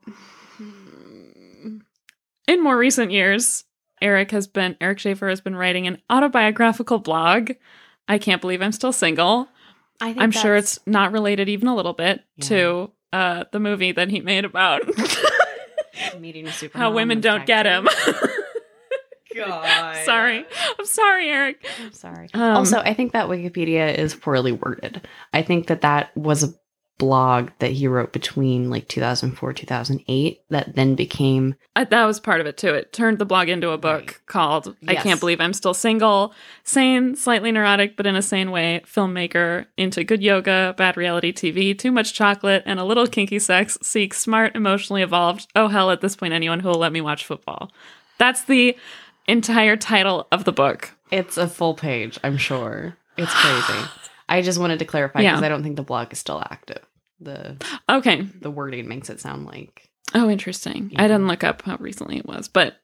C: hmm.
B: in more recent years, Eric has been Eric Schaefer has been writing an autobiographical blog. I can't believe I'm still single.
C: I think
B: I'm sure
C: that's-
B: it's not related even a little bit
C: Yeah.
B: to uh, the movie that he made about
C: meeting a super
B: how women don't get him.
D: God.
B: sorry. I'm sorry, Eric.
C: I'm sorry.
B: Um,
C: also, I think that Wikipedia is poorly worded. I think that that was a blog that he wrote between like 2004 2008 that then became
B: I, that was part of it too. It turned the blog into a book
C: Right.
B: called "I
C: Yes.
B: Can't Believe I'm Still Single." Sane, slightly neurotic, but in a sane way. Filmmaker into good yoga, bad reality TV, too much chocolate, and a little kinky sex. Seek smart, emotionally evolved. Oh hell! At this point, anyone who will let me watch football. That's the entire title of the book.
C: it's a full page i'm sure it's crazy i just wanted to clarify because
B: Yeah.
C: i don't think the blog is still active the
B: Okay.
C: the wording makes it sound like
B: Oh, interesting. I
C: Yeah.
B: didn't look up how recently it was, but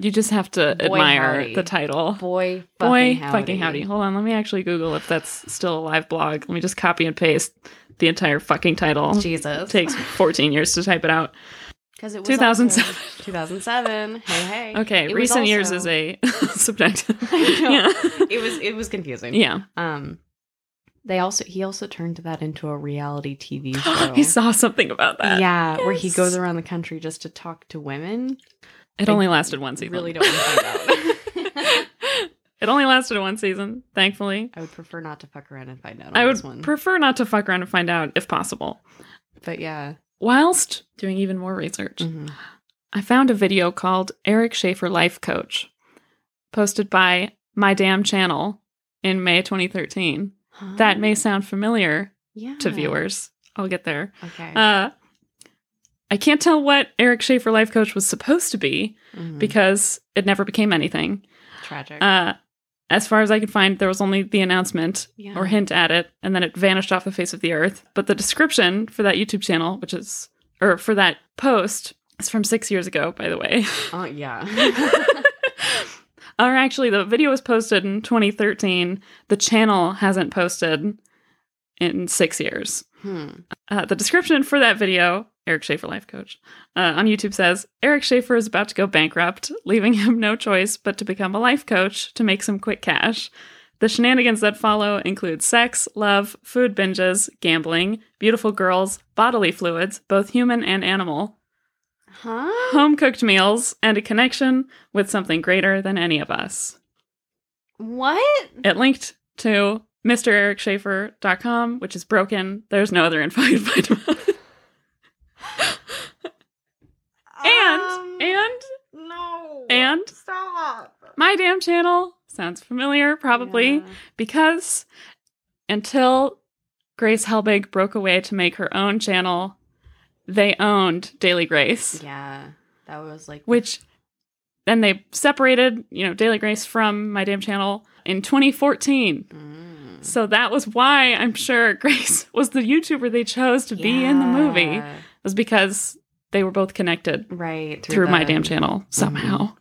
B: you just have to
C: Boy,
B: admire
C: howdy.
B: the title.
C: boy
B: Boy, fucking howdy. Hold on, let me actually Google if that's still a live blog. Let me just copy and paste the entire fucking title.
C: jesus
B: takes 14 years to type it out.
C: because it was
B: 2007.
C: also 2007 hey hey
B: Okay,
C: It was
B: recent years
C: also-
B: is a subjective.
C: I know.
B: Yeah.
C: it was it was confusing
B: Yeah.
C: um they also he also turned that into a reality tv show
B: I saw something about that.
C: yeah, where he
B: yes.
C: goes around the country just to talk to women.
B: It
C: I
B: only lasted one season.
C: really don't wanna find
B: it only lasted one season, thankfully.
C: I would prefer not to fuck around and find out. On
B: I would
C: this one,
B: prefer not to fuck around and find out if possible.
C: but yeah,
B: Whilst doing even more research,
C: Mhm.
B: I found a video called Eric Schaefer Life Coach, posted by My Damn Channel in May 2013. That may sound familiar
C: yeah
B: to viewers. I'll get there.
C: Okay,
B: Uh, I can't tell what Eric Schaefer Life Coach was supposed to be
C: Mhm.
B: because it never became anything.
C: tragic.
B: Uh, as far as I could find, there was only the announcement
C: yeah.
B: or hint at it, and then it vanished off the face of the earth. But the description for that YouTube channel, which is, or for that post, is from six years ago, by the way.
C: Uh, yeah.
B: or actually, the video was posted in 2013. The channel hasn't posted in six years.
C: hmm.
B: Uh, the description for that video, Eric Schaefer, life coach, uh, on YouTube says Eric Schaefer is about to go bankrupt, leaving him no choice but to become a life coach to make some quick cash. The shenanigans that follow include sex, love, food binges, gambling, beautiful girls, bodily fluids, both human and animal,
C: Huh?
B: home cooked meals, and a connection with something greater than any of us.
C: What?
B: It linked to MrEricSchaefer.com, which is broken. There's no other info you can find about it.
C: Um,
B: And, and
C: no.
B: and-
C: stop.
B: My Damn Channel sounds familiar, probably,
C: Yeah.
B: because until Grace Helbig broke away to make her own channel, they owned Daily Grace,
C: Yeah, that was like
B: which then they separated, you know, Daily Grace from My Damn Channel in 2014.
C: Mm.
B: So that was why I'm sure Grace was the YouTuber they chose to be in the movie.
C: Yeah.
B: was because they were both connected
C: right
B: through, my
C: the-
B: damn
C: Mm-hmm.
B: channel somehow.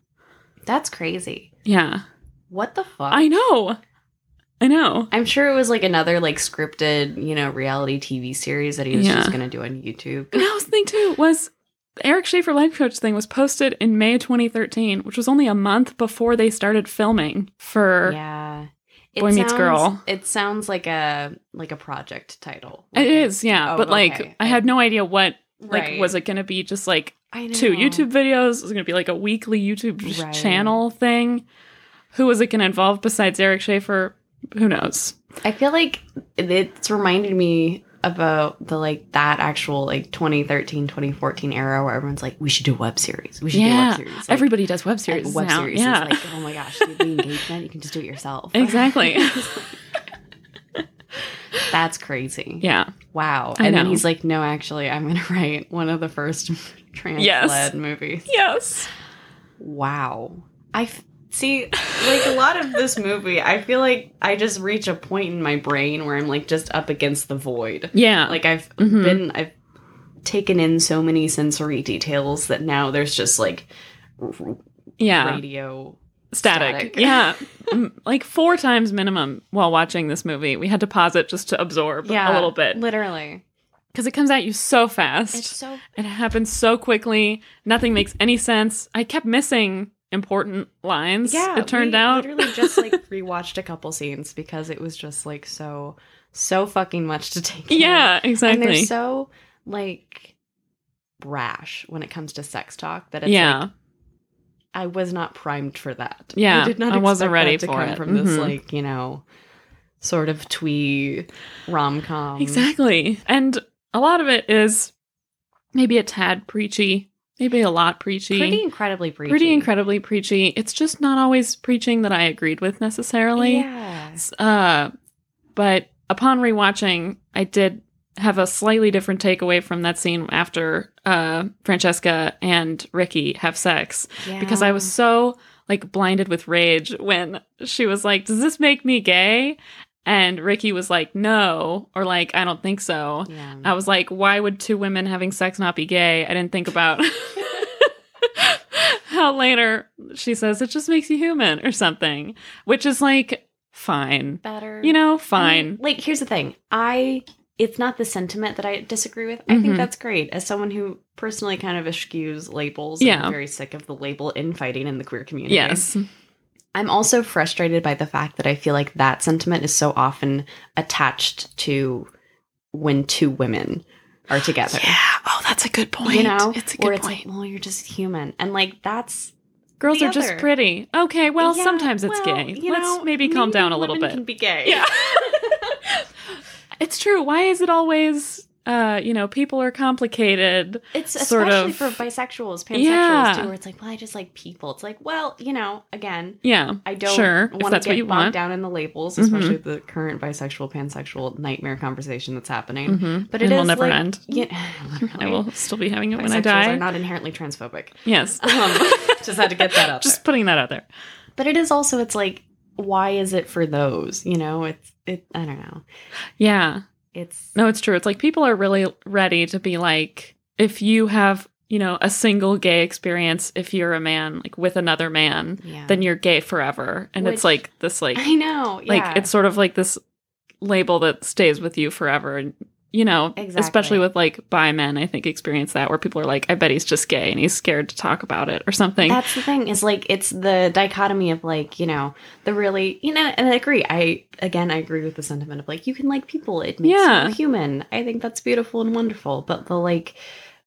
C: That's crazy.
B: Yeah.
C: What the fuck?
B: I know. I know.
C: I'm sure it was like another like scripted, you know, reality TV series that he was
B: Yeah.
C: just gonna do on YouTube.
B: And that was the thing too was the Eric Schaefer life coach thing was posted in May 2013, which was only a month before they started filming for
C: Yeah.
B: Boy Meets Girl.
C: It sounds like a like a project title.
B: It is, yeah,
C: Oh,
B: but like
C: okay.
B: I had no idea what like
C: Right.
B: was it going to be just like
C: I know.
B: two YouTube videos? Was it going to be like a weekly YouTube sh-
C: Right.
B: channel thing? Who was it going to involve besides Eric Schaefer? Who knows?
C: I feel like it- it's reminded me about the like that actual like 2013 2014 era where everyone's like we should do a web series we should
B: Yeah.
C: do a web series Like,
B: Everybody does web
C: like,
B: series
C: web
B: now.
C: series
B: yeah.
C: is like oh my gosh the engagement you can just do it yourself
B: Exactly.
C: that's crazy
B: yeah.
C: Wow.
B: I
C: and then
B: know.
C: he's like, no, actually, I'm going to write one of the first trans
B: Yes.
C: led movies.
B: Yes.
C: Wow. I f- see, like a lot of this movie, I feel like I just reach a point in my brain where I'm like just up against the void.
B: Yeah.
C: Like I've
B: Mhm.
C: been, I've taken in so many sensory details that now there's just like r- r-
B: yeah.
C: radio.
B: Static.
C: static.
B: Yeah. Mm, like four times minimum while watching this movie. We had to pause it just to absorb a little bit
C: Literally.
B: because it comes at you so fast.
C: so.
B: it happens so quickly. Nothing makes any sense. I kept missing important lines.
C: Yeah,
B: It turned
C: we
B: out.
C: literally just like rewatched a couple scenes because it was just like so so fucking much to take. in.
B: Yeah,
C: and
B: exactly.
C: they're so like brash when it comes to sex talk that it's
B: yeah.
C: like I was not primed for that.
B: Yeah,
C: I did not.
B: I wasn't
C: expect
B: ready
C: that to
B: for
C: come
B: it.
C: from this
B: Mhm.
C: like you know, sort of twee rom com.
B: Exactly. And a lot of it is maybe a tad preachy, maybe a lot preachy.
C: Pretty incredibly preachy.
B: Pretty incredibly preachy. It's just not always preaching that I agreed with necessarily.
C: Yeah.
B: Uh, but upon rewatching, I did have a slightly different takeaway from that scene after uh, Francesca and Ricky have sex because I was so like blinded with rage when she was like, "Does this make me gay?" And Ricky was like, "No," or like, "I don't think so."
C: Yeah.
B: I was like, why would two women having sex not be gay? I didn't think about how later she says it just makes you human or something, which is like, fine.
C: Better.
B: You know,
C: I mean,
B: fine.
C: like here's the thing. I it's not the sentiment that I disagree with. I
B: Mhm.
C: think that's great. As someone who personally kind of eschews labels, and
B: Yeah.
C: I'm very sick of the label infighting in the queer community.
B: Yes.
C: I'm also frustrated by the fact that I feel like that sentiment is so often attached to when two women are together.
B: Oh, that's a good point.
C: You know, where it's like, well, you're just human, and like that's
B: Girls
C: the
B: are just
C: other.
B: pretty. Okay, well,
C: Yeah,
B: sometimes it's
C: well,
B: gay.
C: you
B: Let's
C: know,
B: maybe calm down a little
C: women
B: bit.
C: Can be gay.
B: Yeah. it's true. Why is it always, uh, you know, people are complicated?
C: It's
B: Sort
C: especially for
B: of-
C: bisexuals, pansexuals
B: Yeah.
C: too, where it's like, well, I just like people. It's like, well, you know, again,
B: Yeah.
C: I don't
B: Sure, if
C: want
B: that's
C: to
B: what
C: get
B: you
C: bogged
B: want.
C: down in the labels,
B: Mhm.
C: especially with the current bisexual, pansexual nightmare conversation that's happening.
B: Mm-hmm.
C: But it
B: it
C: is
B: will never
C: like-
B: end.
C: Yeah, literally.
B: Mm-hmm. I will still be having it when I
C: Bisexuals
B: die.
C: are not inherently transphobic.
B: yes.
C: Um, just had to get that out.
B: Just
C: Just,
B: putting that out there.
C: but it is also, it's like, why is it for those? You know, it's it. I don't know.
B: Yeah.
C: It's
B: No, it's true. It's like people are really ready to be like, if you have, you know, a single gay experience, if you're a man, like with another man,
C: yeah.
B: then you're gay forever. And it's
C: Which-
B: like this, like,
C: I know. Yeah.
B: like it's sort of like this label that stays with you forever. And, you know, especially
C: Exactly.
B: with like bi men, I think experience that where people are like, I bet he's just gay and he's scared to talk about it or something.
C: That's the thing is like it's the dichotomy of like you know the really you know and I agree I again I agree with the sentiment of like you can like people it makes
B: Yeah.
C: you human I think that's beautiful and wonderful but the like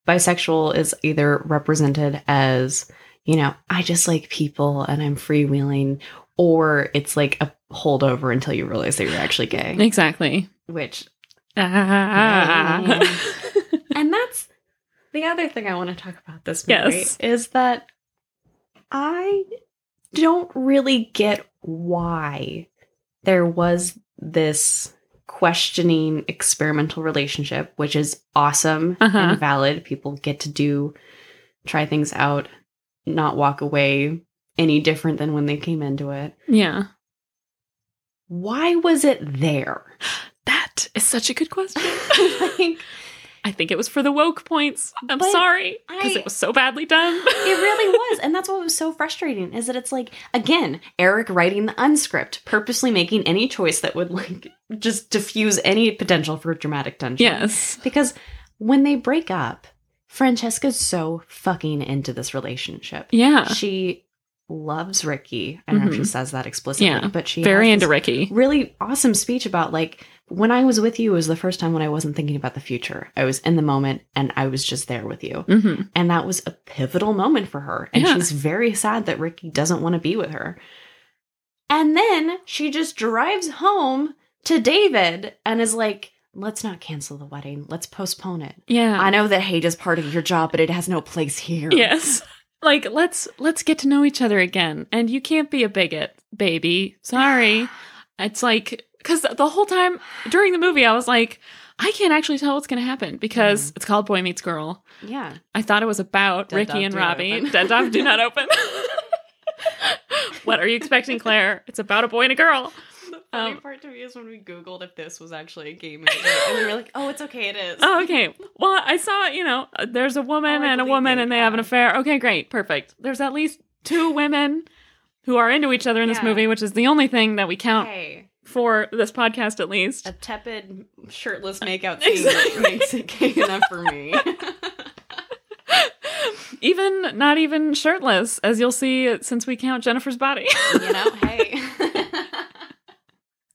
C: bisexual is either represented as you know I just like people and I'm freewheeling or it's like a holdover until you realize that you're actually gay
B: exactly.
C: which
B: Ah.
C: and that's the other thing I want to talk about this movie
B: Yes.
C: is that I don't really get why there was this questioning experimental relationship, which is awesome
B: Uh-huh.
C: and valid. People get to do try things out, not walk away any different than when they came into it.
B: yeah.
C: Why was it there?
B: That is such a good question.
C: like
B: I think it was for the woke points. I'm
C: But
B: sorry because
C: I-
B: it was so badly done.
C: It really was. And that's what was so frustrating is that it's like, again, Eric writing the unscript, purposely making any choice that would like just diffuse any potential for dramatic tension.
B: yes.
C: Because when they break up, Francesca's so fucking into this relationship.
B: Yeah. Mm-hmm.
C: She loves Ricky. I don't know if she says that explicitly,
B: Yeah.
C: but she
B: Very
C: has
B: into
C: this
B: Ricky.
C: Really awesome speech about like when I was with you was the first time when I wasn't thinking about the future. I was in the moment and I was just there with you
B: hmm
C: and that was a pivotal moment for her and
B: Yeah.
C: she's very sad that ricky doesn't want to be with her and then she just drives home to david and is like let's not cancel the wedding let's postpone it
B: Yeah.
C: i know that hate is part of your job but it has no place here
B: yes. Like let's let's get to know each other again. And you can't be a bigot, baby. Sorry. It's like because the whole time during the movie, I was like, I can't actually tell what's going to happen because it's called Boy Meets Girl.
C: yeah
B: I thought it was about
C: Mm. Dead
B: Ricky
C: dog,
B: and
C: do not
B: Robbie.
C: open.
B: Dead dog, do not open. what are you expecting, Claire? It's about a boy and a girl. funny Um,
C: part to me is when we googled if this was actually a gay movie and we were like oh it's okay it is
B: Oh, okay. Well, I saw, you know, uh, there's a woman
C: Oh, I
B: and a
C: believe
B: woman
C: you.
B: and they have an
C: Yeah.
B: affair. Okay, great. Perfect. There's at least two women who are into each other in this
C: Yeah.
B: movie, which is the only thing that we count
C: hey
B: for this podcast at least.
C: a tepid shirtless makeout
B: scene
C: scene
B: Exactly.
C: makes it gay enough for me
B: Even not even shirtless, as you'll see since we count Jennifer's body.
C: you know hey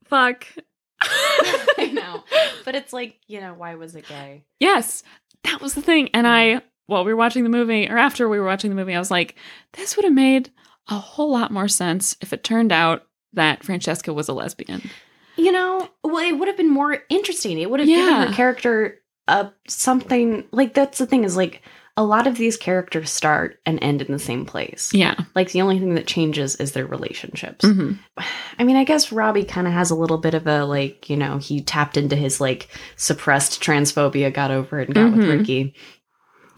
B: Fuck.
C: i know but it's like you know why was it gay
B: Yes, that was the thing. And I while we were watching the movie or after we were watching the movie, I was like, this would have made a whole lot more sense if it turned out that Francesca was a lesbian.
C: You know, well, it would have been more interesting. It would have given
B: Yeah.
C: her character a something like that's the thing is like a lot of these characters start and end in the same place.
B: Yeah.
C: Like the only thing that changes is their relationships.
B: hmm
C: I mean, I guess Robbie kind of has a little bit of a like, you know, he tapped into his like suppressed transphobia, got over it, and got with
B: Mhm.
C: Ricky.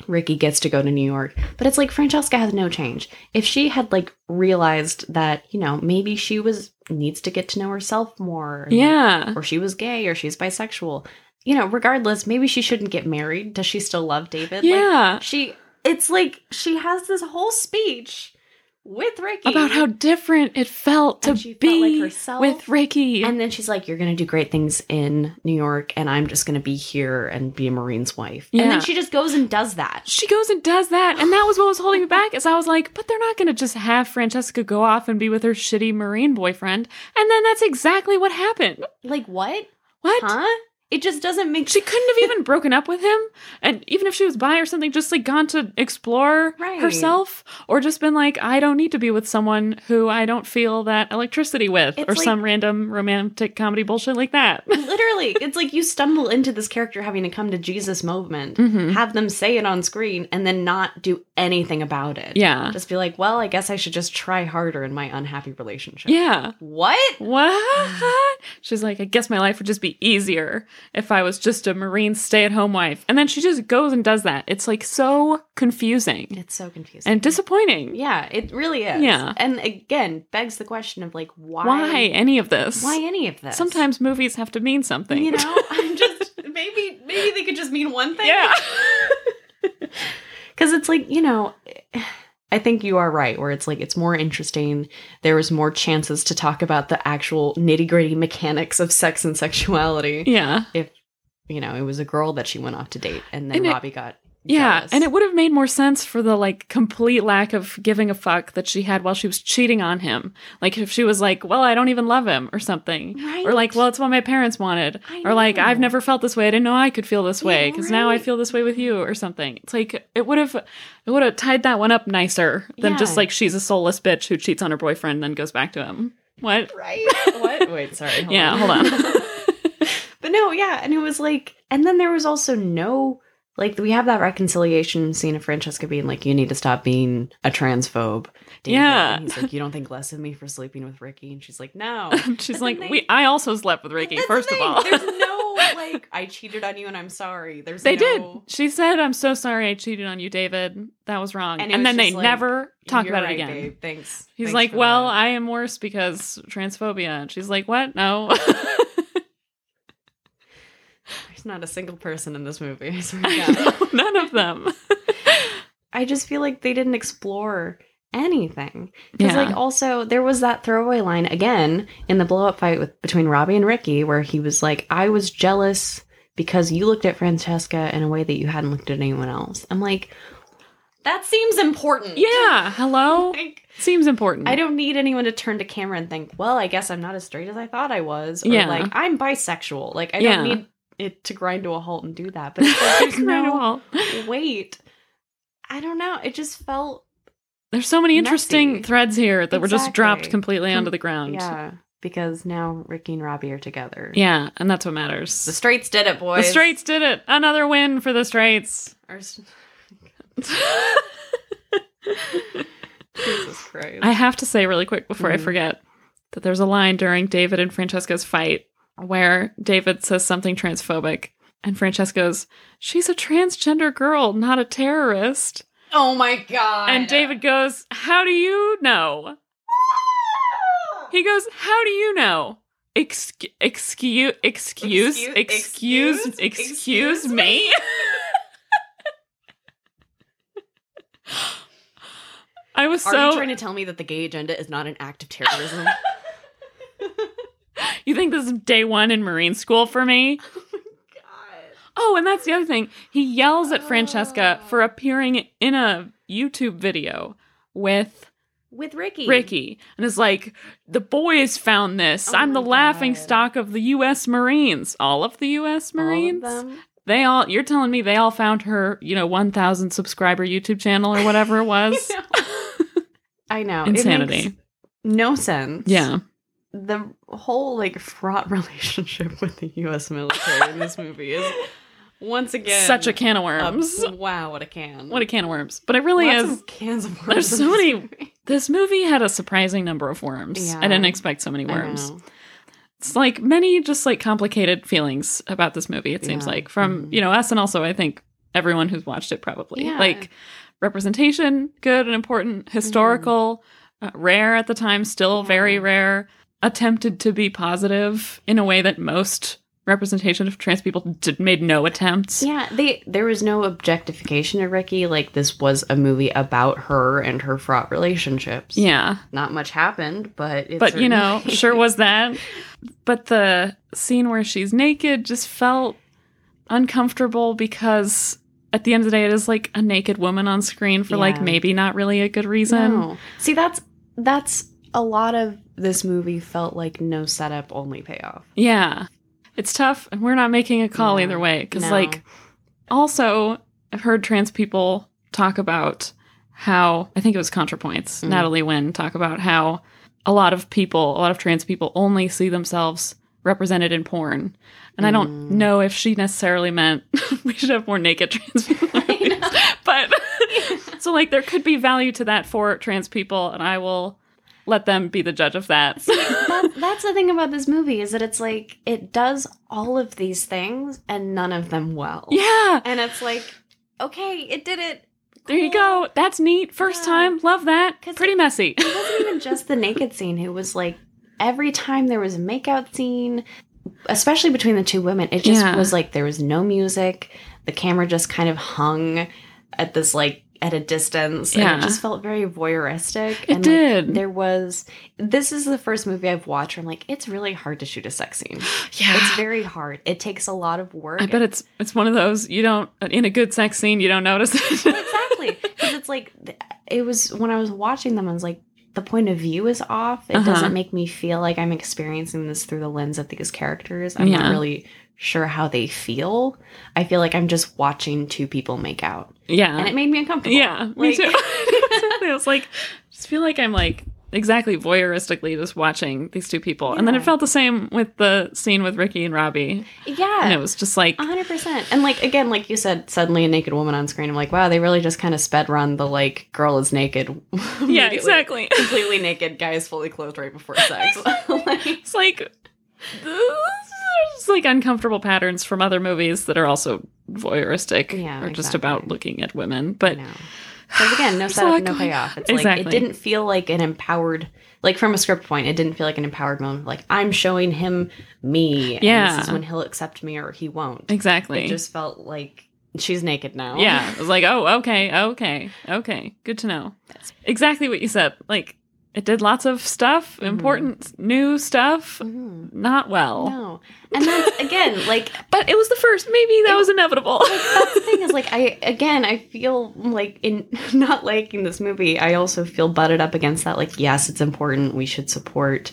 C: Ricky gets to go to New York, but it's like Francesca has no change. If she had like realized that, you know, maybe she was needs to get to know herself more, and,
B: Yeah.
C: or she was gay, or she's bisexual, you know, regardless, maybe she shouldn't get married. Does she still love David?
B: Yeah.
C: Like, she. It's like she has this whole speech with Ricky
B: About how different it felt to
C: And she felt like
B: be
C: herself.
B: with Ricky.
C: and then she's like, You're going to do great things in New York, and I'm just going to be here and be a Marine's wife. And
B: Yeah.
C: then she just goes and does that.
B: she goes and does that. And that was what was holding me back is I was like, but they're not going to just have Francesca go off and be with her shitty Marine boyfriend. And then that's exactly what happened.
C: Like, what?
B: What?
C: Huh? It just doesn't make
B: She couldn't have even broken up with him. And even if she was bi or something, just like gone to explore
C: Right.
B: herself or just been like, I don't need to be with someone who I don't feel that electricity with
C: It's
B: or
C: like-
B: some random romantic comedy bullshit like that.
C: Literally, it's like you stumble into this character having to come to Jesus moment,
B: Mhm.
C: have them say it on screen, and then not do anything about it.
B: Yeah.
C: Just be like, Well, I guess I should just try harder in my unhappy relationship.
B: Yeah.
C: What?
B: What? She's like, I guess my life would just be easier if I was just a Marine stay at home wife. And then she just goes and does that. It's like so confusing
C: It's so confusing.
B: and disappointing.
C: yeah, it really is.
B: Yeah.
C: And again, begs the question of like, why?
B: Why any of this?
C: Why any of this?
B: Sometimes movies have to mean something.
C: You know, I'm just maybe maybe they could just mean one thing.
B: yeah.
C: Cuz it's like, you know, I think you are right where it's like it's more interesting. There was more chances to talk about the actual nitty-gritty mechanics of sex and sexuality.
B: Yeah.
C: You know, it was a girl that she went off to date and then
B: And it-
C: Robbie got
B: Yeah.
C: jealous.
B: And it would have made more sense for the like complete lack of giving a fuck that she had while she was cheating on him. Like if she was like, well, I don't even love him or something.
C: right?
B: Or like, well, it's what my parents wanted.
C: I
B: or like
C: know.
B: i've never felt this way i didn't know i could feel this
C: Yeah,
B: way because now i
C: right.
B: feel this way with you or something it's like it would have it would have tied that one up nicer than
C: Yeah.
B: just like she's a soulless bitch who cheats on her boyfriend and then goes back to him what
C: right? What? Wait, sorry.
B: yeah hold on
C: But no, yeah, and it was like, and then there was also no like we have that reconciliation scene of Francesca being like, "You need to stop being a transphobe."
B: Yeah.
C: and he's like, "You don't think less of me for sleeping with Ricky?" And she's like, "No."
B: she's
C: then
B: like
C: they-
B: we i also slept with ricky
C: That's the
B: first of
C: thing.
B: all
C: there's no like, "I cheated on you and I'm sorry." There's
B: they did
C: no,
B: she said i'm so sorry i cheated on you david that was wrong and,
C: And it was
B: then they
C: just like,
B: never talk
C: "You're
B: about
C: right,
B: it again
C: babe. Thanks.
B: He's
C: Thanks
B: like,
C: for
B: well,
C: that."
B: I am worse because transphobia. And she's like, what? No.
C: there's not a single person in this movie. I swear to God.
B: I know, None of them.
C: I just feel like they didn't explore anything. Because
B: Yeah.
C: like also there was that throwaway line again in the blow up fight with between Robbie and Ricky where he was like, I was jealous because you looked at Francesca in a way that you hadn't looked at anyone else. I'm like, that seems important.
B: Yeah. Hello.
C: Like,
B: Seems important.
C: I don't need anyone to turn to camera and think, well, I guess I'm not as straight as I thought I was. Or
B: Yeah.
C: like, I'm bisexual. Like I
B: Yeah.
C: don't need it to grind to a halt and do that. But it's like, there's no
B: Incredible.
C: wait. I don't know. It just felt
B: There's so many interesting
C: Messy.
B: threads here that were just dropped
C: Exactly.
B: completely
C: Com-
B: onto the ground.
C: Yeah, because now Ricky and Robbie are together.
B: Yeah, and that's what matters.
C: The
B: The,
C: straights did it, boys.
B: straights did it. Another win for the straights.
C: Or s-
B: I
C: Jesus Christ.
B: have to say really quick before I
C: Mhm.
B: forget that there's a line during David and Francesca's fight where David says something transphobic and Francesca goes, "She's a transgender girl, not a terrorist."
C: oh my God.
B: And David goes, How do you know? He goes, How do you know? Excuse, excuse, excuse,
C: Excuse-
B: excuse,
C: excuse-
B: excuse
C: excuse
B: me. I was
C: Are
B: so.
C: you trying to tell me that the gay agenda is not an act of terrorism?
B: you think this is day one in Marine school for me? Oh, and that's the other thing. He yells at Francesca
C: Oh.
B: for appearing in a YouTube video with
C: With Ricky.
B: Ricky and is like, the boys found this.
C: Oh
B: I'm
C: my
B: the laughing
C: God.
B: stock of the US Marines. All of the US
C: All of
B: Marines?
C: them.
B: They all you're telling me they all found her, you know, 1000 subscriber YouTube channel or whatever it was.
C: I know. It makes
B: Insanity.
C: no sense.
B: Yeah.
C: The whole like fraught relationship with the U.S. military in this movie is once again
B: Such a can of
C: up-
B: worms.
C: wow, what a can!
B: What a can of worms. But it really
C: Lots
B: is
C: of cans of worms.
B: there's
C: in
B: so
C: this
B: many-
C: movie.
B: this movie had a surprising number of worms.
C: Yeah.
B: I didn't expect so many
C: I
B: worms.
C: know.
B: It's like many just like complicated feelings about this movie, it seems
C: Yeah.
B: like, from,
C: Mhm.
B: you know, us and also I think everyone who's watched it probably.
C: Yeah.
B: Like representation, good and important, historical, uh, rare at the time, still
C: Mm-hmm. Yeah.
B: very rare, attempted to be positive in a way that most representation of trans people did, made no attempts.
C: Yeah, they there was no objectification of Ricky. Like this was a movie about her and her fraught relationships.
B: Yeah.
C: not much happened, but it
B: but you know,
C: certainly-
B: sure was that. But the scene where she's naked just felt uncomfortable because at the end of the day, it is like a naked woman on screen for like
C: Yeah.
B: maybe not really a good reason.
C: No. See, that's that's a lot of this movie felt like no setup, only payoff.
B: Yeah, it's tough, and we're not making a call
C: No.
B: either way because
C: No.
B: like also I've heard trans people talk about how I think it was ContraPoints,
C: Mm.
B: Natalie Wynn talk about how a lot of people, a lot of trans people only see themselves represented in porn. And I don't
C: Mm.
B: know if she necessarily meant we should have more naked trans people. in movies. But so like there could be value to that for trans people and I will let them be the judge of that.
C: That, that's the thing about this movie is that it's like it does all of these things and none of them well.
B: yeah.
C: and it's like okay, it did it.
B: There you go. That's neat. First
C: Yeah.
B: time. Love that.
C: 'Cause
B: Pretty messy.
C: It wasn't even just the naked scene. It was like every time there was a makeout scene, especially between the two women, it just
B: Yeah.
C: was like there was no music. The camera just kind of hung at this like at a distance. And
B: Yeah.
C: it just felt very voyeuristic.
B: It
C: and like,
B: did.
C: there was this is the first movie I've watched where I'm like, it's really hard to shoot a sex scene.
B: yeah.
C: It's very hard. It takes a lot of work.
B: I bet it's it's one of those you don't in a good sex scene you don't notice it.
C: exactly because it's like th- it was when i was watching them i was like the point of view is off it
B: Uh-huh.
C: doesn't make me feel like i'm experiencing this through the lens of these characters i'm
B: Yeah.
C: not really sure how they feel i feel like i'm just watching two people make out and
B: yeah.
C: it made me uncomfortable
B: Uh, Yeah. Me
C: Like-
B: too. it was like just feel like I'm like exactly voyeuristically just watching these two people. And then it
C: Yeah.
B: felt the same with the scene with Ricky and Robbie. And it
C: yeah Uh,
B: was just like
C: 100% and like again like you said suddenly a naked woman on screen i'm like wow they really just kind of sped run the like girl is naked
B: Yeah,
C: immediately.
B: exactly.
C: completely naked guy is fully clothed right before sex Like-
B: It's like there's like uncomfortable patterns from other movies that are also voyeuristic
C: Yeah,
B: or just
C: exactly.
B: about looking at women. But
C: No. Because again, no
B: There's a
C: setup,
B: lot
C: no
B: going
C: payoff. It's
B: Exactly.
C: like it didn't feel like an empowered like from a script point, it didn't feel like an empowered moment. Like I'm showing him me. and
B: Yeah.
C: this is when he'll accept me or he won't.
B: exactly.
C: It just felt like she's naked now.
B: Yeah, it was like, oh, okay, okay, okay. Good to know. Exactly what you said. Like, it did lots of stuff,
C: Mm-hmm.
B: important new stuff,
C: Mhm.
B: not well.
C: No. And that's again, like
B: But it was the first. Maybe that was inevitable.
C: that's the thing is like I again I feel like in not liking this movie, I also feel butted up against that. Like, yes, it's important. We should support,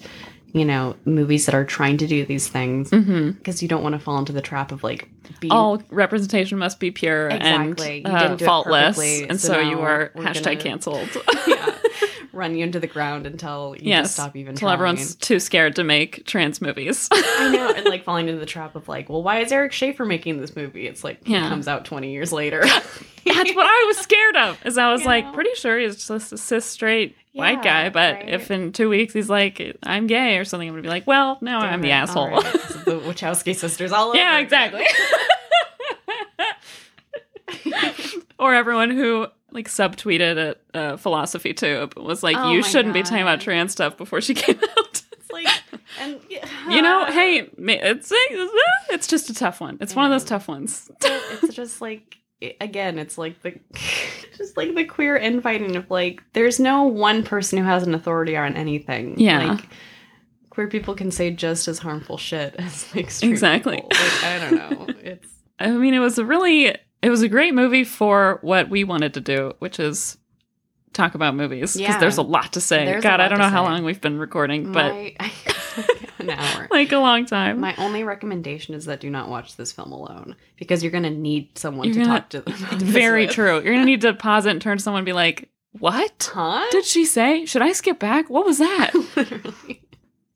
C: you know, movies that are trying to do these things.
B: hmm
C: because you don't want to fall into the trap of like being
B: All representation must be pure
C: Exactly. You
B: and uh,
C: didn't do it
B: faultless,
C: perfectly,
B: and so,
C: so
B: you
C: now
B: are
C: we're
B: hashtag
C: gonna-
B: canceled.
C: yeah, run you into the ground until you
B: yes,
C: just stop even
B: until
C: trying.
B: everyone's too scared to make trans movies.
C: I know, and like falling into the trap of like, well, why is Eric Schaefer making this movie? It's like
B: Yeah.
C: it comes out twenty years later.
B: That's what I was scared of. Is I was
C: You
B: like,
C: know?
B: pretty sure he's just a cis straight white guy,
C: Yeah,
B: but
C: right.
B: if in two weeks he's like, I'm gay or something, I'm gonna be like, well, no, I'm the
C: Damn it.
B: asshole.
C: All right. It's the Wachowski sisters, all over.
B: yeah,
C: again.
B: exactly. or everyone who like subtweeted at uh, philosophy tube was like,
C: Oh
B: you
C: my
B: shouldn't be
C: God.
B: talking about trans stuff before she came out.
C: It's like, and
B: you know,
C: Uh.
B: hey, ma- it's eh, it's just a tough one. It's one of those tough ones.
C: it's just like it- again it's like the just like the queer infighting of like there's no one person who has an authority on anything
B: Yeah.
C: like queer people can say just as harmful shit as like straight
B: Exactly.
C: people. like i don't know it's
B: I mean, it was a really, it was a great movie for what we wanted to do, which is talk about movies because
C: Yeah.
B: there's a lot to say.
C: There's a
B: God, I
C: lot
B: don't
C: to
B: know how
C: say.
B: long we've been recording, but
C: my
E: an hour.
B: like a long time.
E: My only recommendation is that do not watch this film alone because you're going to need someone
B: You're
E: to
B: gonna-
E: talk to them. about this
B: Very
E: with.
B: true. You're gonna need to pause it and turn to someone and be like, "What
E: Huh?
B: did she say? Should I skip back? What was that?"
E: Literally.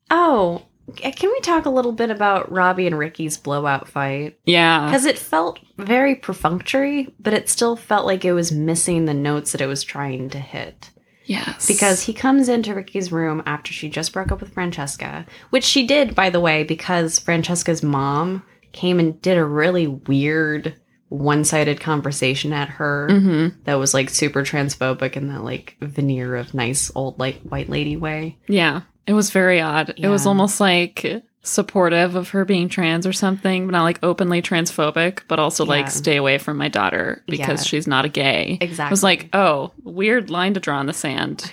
C: Oh, c- can we talk a little bit about Robbie and Ricky's blowout fight?
B: Yeah,
C: Because it felt very perfunctory, but it still felt like it was missing the notes that it was trying to hit.
B: yes,
C: Because he comes into Ricky's room after she just broke up with Francesca, which she did, by the way, because Francesca's mom came and did a really weird one sided conversation at her
B: Mhm.
C: that was like super transphobic in that like veneer of nice old like white lady way.
B: yeah, it was very odd. It was
C: Yeah.
B: almost like supportive of her being trans or something, but not like openly transphobic, but also
C: Yeah.
B: like stay away from my daughter because
C: Yeah.
B: she's not a gay.
C: Exactly.
B: I was like, oh, weird line to draw in the sand.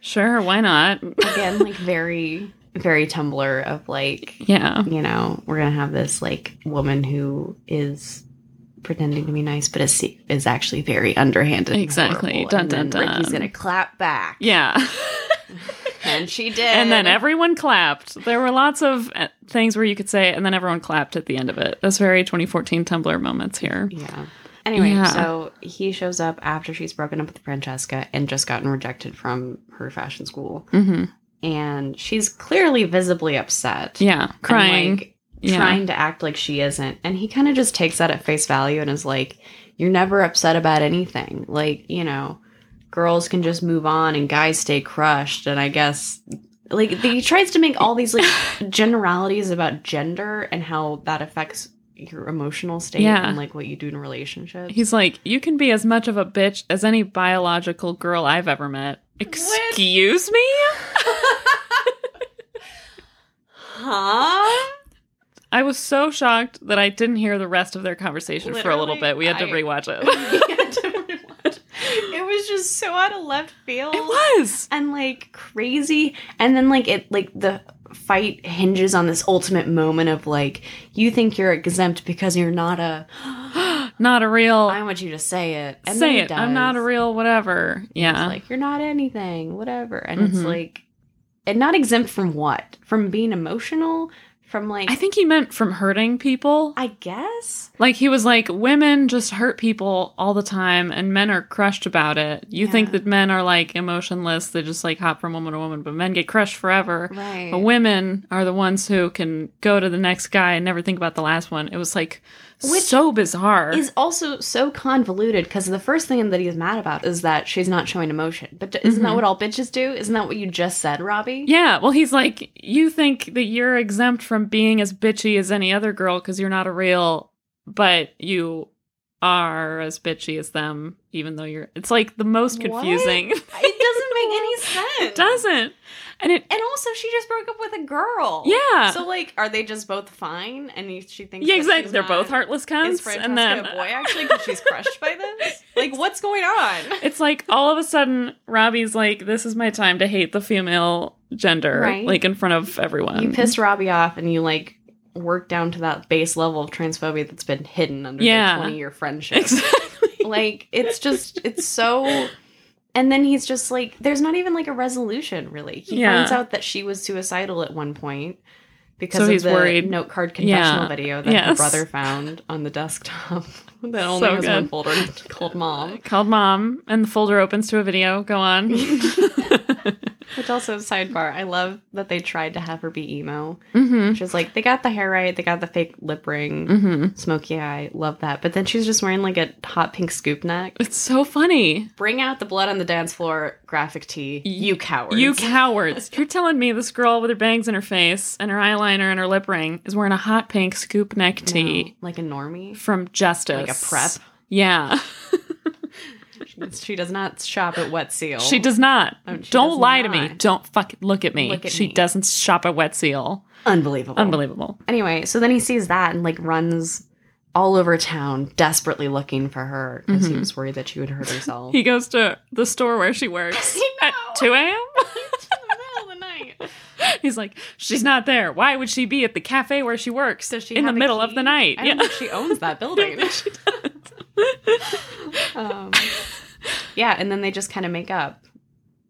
B: Sure, why not?
C: again like very very tumblr of like
B: yeah,
C: you know we're gonna have this like woman who is pretending to be nice but is se- is actually very underhanded and
B: Exactly.
C: horrible.
B: Dun,
C: and
B: dun,
C: then ricky's
B: dun.
C: gonna clap back
B: yeah.
C: and she did
B: and then everyone clapped. There were lots of uh, things where you could say, and then everyone clapped at the end of it. That's very 2014 Tumblr moments here.
C: yeah anyway
B: Yeah.
C: so he shows up after she's broken up with francesca and just gotten rejected from her fashion school
B: hmm
C: and she's clearly visibly upset
B: Yeah,
C: And,
B: crying.
C: like,
B: yeah.
C: trying to act like she isn't. And he kind of just takes that at face value and is like, You're never upset about anything. Like, you know, girls can just move on and guys stay crushed. And I guess, like, he tries to make all these, like, generalities about gender and how that affects your emotional state
B: Yeah.
C: and, like, what you do in relationships.
B: He's like, you can be as much of a bitch as any biological girl I've ever met. Excuse me?
C: huh?
B: I was so shocked that I didn't hear the rest of their conversation for a little
C: Literally,
B: bit. We had to
C: I-
B: rewatch it.
C: it was just so out of left field.
B: it was.
C: and like crazy and then like it like the fight hinges on this ultimate moment of like you think you're exempt because you're not a
B: Not a real.
C: I want you to say it and then
B: say
C: he
B: it. I'm
C: does.
B: not a real whatever.
C: It's
B: Yeah.
C: like you're not anything whatever and it's
B: Mhm.
C: like and not exempt from what from being emotional from like
B: I think he meant from hurting people.
C: I guess
B: Like he was like, women just hurt people all the time, and men are crushed about it. You think
C: Yeah.
B: that men are like emotionless; they just like hop from woman to woman, but men get crushed forever.
C: right
B: But women are the ones who can go to the next guy and never think about the last one. It was like
C: Which
B: so bizarre.
C: is also so convoluted because the first thing that he's mad about is that she's not showing emotion but d- isn't that
B: Mhm.
C: what all bitches do isn't that what you just said Robbie
B: yeah, well, he's like, you think that you're exempt from being as bitchy as any other girl because you're not a real, but you are as bitchy as them, even though you're. It's like the most
C: What?
B: confusing.
C: It doesn't make any sense.
B: it doesn't, and it
C: And also, she just broke up with a girl.
B: Yeah.
C: So like, are they just both fine? And he- she thinks
B: yeah,
C: that
B: exactly.
C: she's
B: They're
C: not-
B: both heartless
C: Is
B: cunts.
C: Francesca
B: And then
C: a boy actually? Because she's crushed by this. Like, what's going on?
B: it's like all of a sudden Robbie's like, this is my time to hate the female gender,
C: Right.
B: like in front of everyone.
C: You pissed Robbie off, and you like work down to that base level of transphobia that's been hidden under
B: Yeah.
C: their twenty-year friendship.
B: Exactly.
C: like, it's just it's so. And then he's just like, there's not even like a resolution really. He
B: Yeah.
C: finds out that she was suicidal at one point because
B: So
C: of
B: he's
C: the
B: worried.
C: note card confessional
B: Yeah.
C: video that her
B: Yes.
C: brother found on the desktop that
B: So
C: only has one
B: good.
C: folder called mom,
B: Called mom, and the folder opens to a video. Go on.
C: which also sidebar. I love that they tried to have her be emo,
B: hmm
C: which is like they got the hair right, they got the fake lip ring,
B: hmm
C: smoky eye, love that. But then she's just wearing like a hot pink scoop neck.
B: It's so funny.
C: Bring out the blood on the dance floor, graphic tee, you cowards.
B: You cowards. You're telling me this girl with her bangs in her face and her eyeliner and her lip ring is wearing a hot pink scoop neck
C: No,
B: tee
C: like a normie,
B: from Justice.
C: like a prep.
B: Yeah.
C: She does not shop at Wet Seal.
B: She does not.
C: Oh, she
B: Don't
C: does
B: lie to me.
C: not.
B: Don't fuck look at me.
C: Look at
B: she
C: me.
B: doesn't shop at Wet Seal.
C: Unbelievable.
B: Unbelievable.
C: Anyway, so then he sees that and like runs all over town desperately looking for her because he
B: Mhm.
C: was worried that she would hurt herself.
B: He goes to the store where she works at 2 a.m.
C: of the night.
B: He's like, she's not there. Why would she be at the cafe where she works
C: Does she
B: in the
C: have a
B: middle of
C: key?
B: the night?
C: I don't think she owns that building. um, yeah, and then they just kind of make up.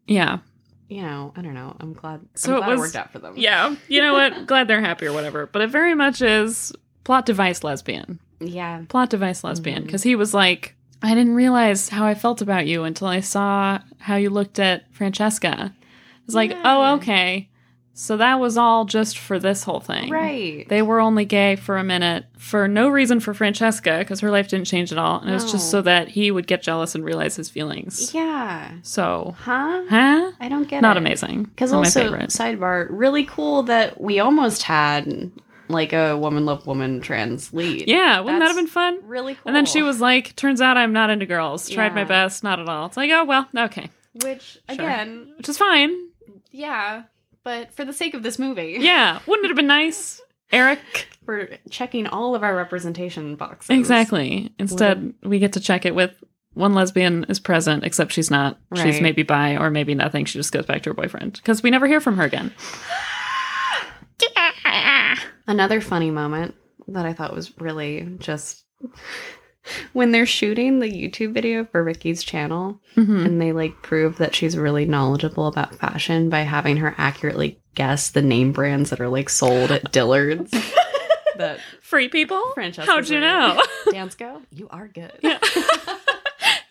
B: yeah.
C: you know, I don't know. I'm glad.
B: So
C: So
B: it
C: I'm glad it,
B: was-
C: worked out for them.
B: Yeah. You know what? Glad they're happy or whatever. But it very much is plot device lesbian.
C: yeah.
B: Plot device lesbian.
C: Mhm.
B: Because he was like, I didn't realize how I felt about you until I saw how you looked at Francesca. It's like,
C: Yeah.
B: oh, okay. So that was all just for this whole thing.
C: Right.
B: They were only gay for a minute for no reason for Francesca because her life didn't change at all. And it was just
C: No.
B: so that he would get jealous and realize his feelings.
C: yeah.
B: So,
C: Huh?
B: huh?
C: I don't get
B: Not
C: it.
B: amazing.
C: Because
B: Not
C: also, sidebar, really cool that we almost had like a woman love woman trans lead.
B: Yeah, wouldn't that have
C: That's
B: been fun?
C: Really cool.
B: And then she was like, "Turns out I'm not into girls. Tried my
C: Yeah.
B: best, not at all." It's like, "Oh well, okay,"
C: Which,
B: Sure.
C: again,
B: which is fine.
C: yeah. But for the sake of this movie,
B: Yeah, wouldn't it have been nice, Eric?
C: we're checking all of our representation boxes.
B: Exactly. Instead, we get to check it with one lesbian is present, except she's not. She's
C: Right.
B: maybe bi or maybe nothing. She just goes back to her boyfriend because we never hear from her again.
C: Another funny moment that I thought was really just when they're shooting the YouTube video for Ricky's channel
B: Mhm.
C: and they like prove that she's really knowledgeable about fashion by having her accurately guess the name brands that are like sold at Dillard's. that
B: Free people.
C: Francesca's
B: How'd you
C: in it.
B: know?
C: Dansko, you are good.
B: Yeah.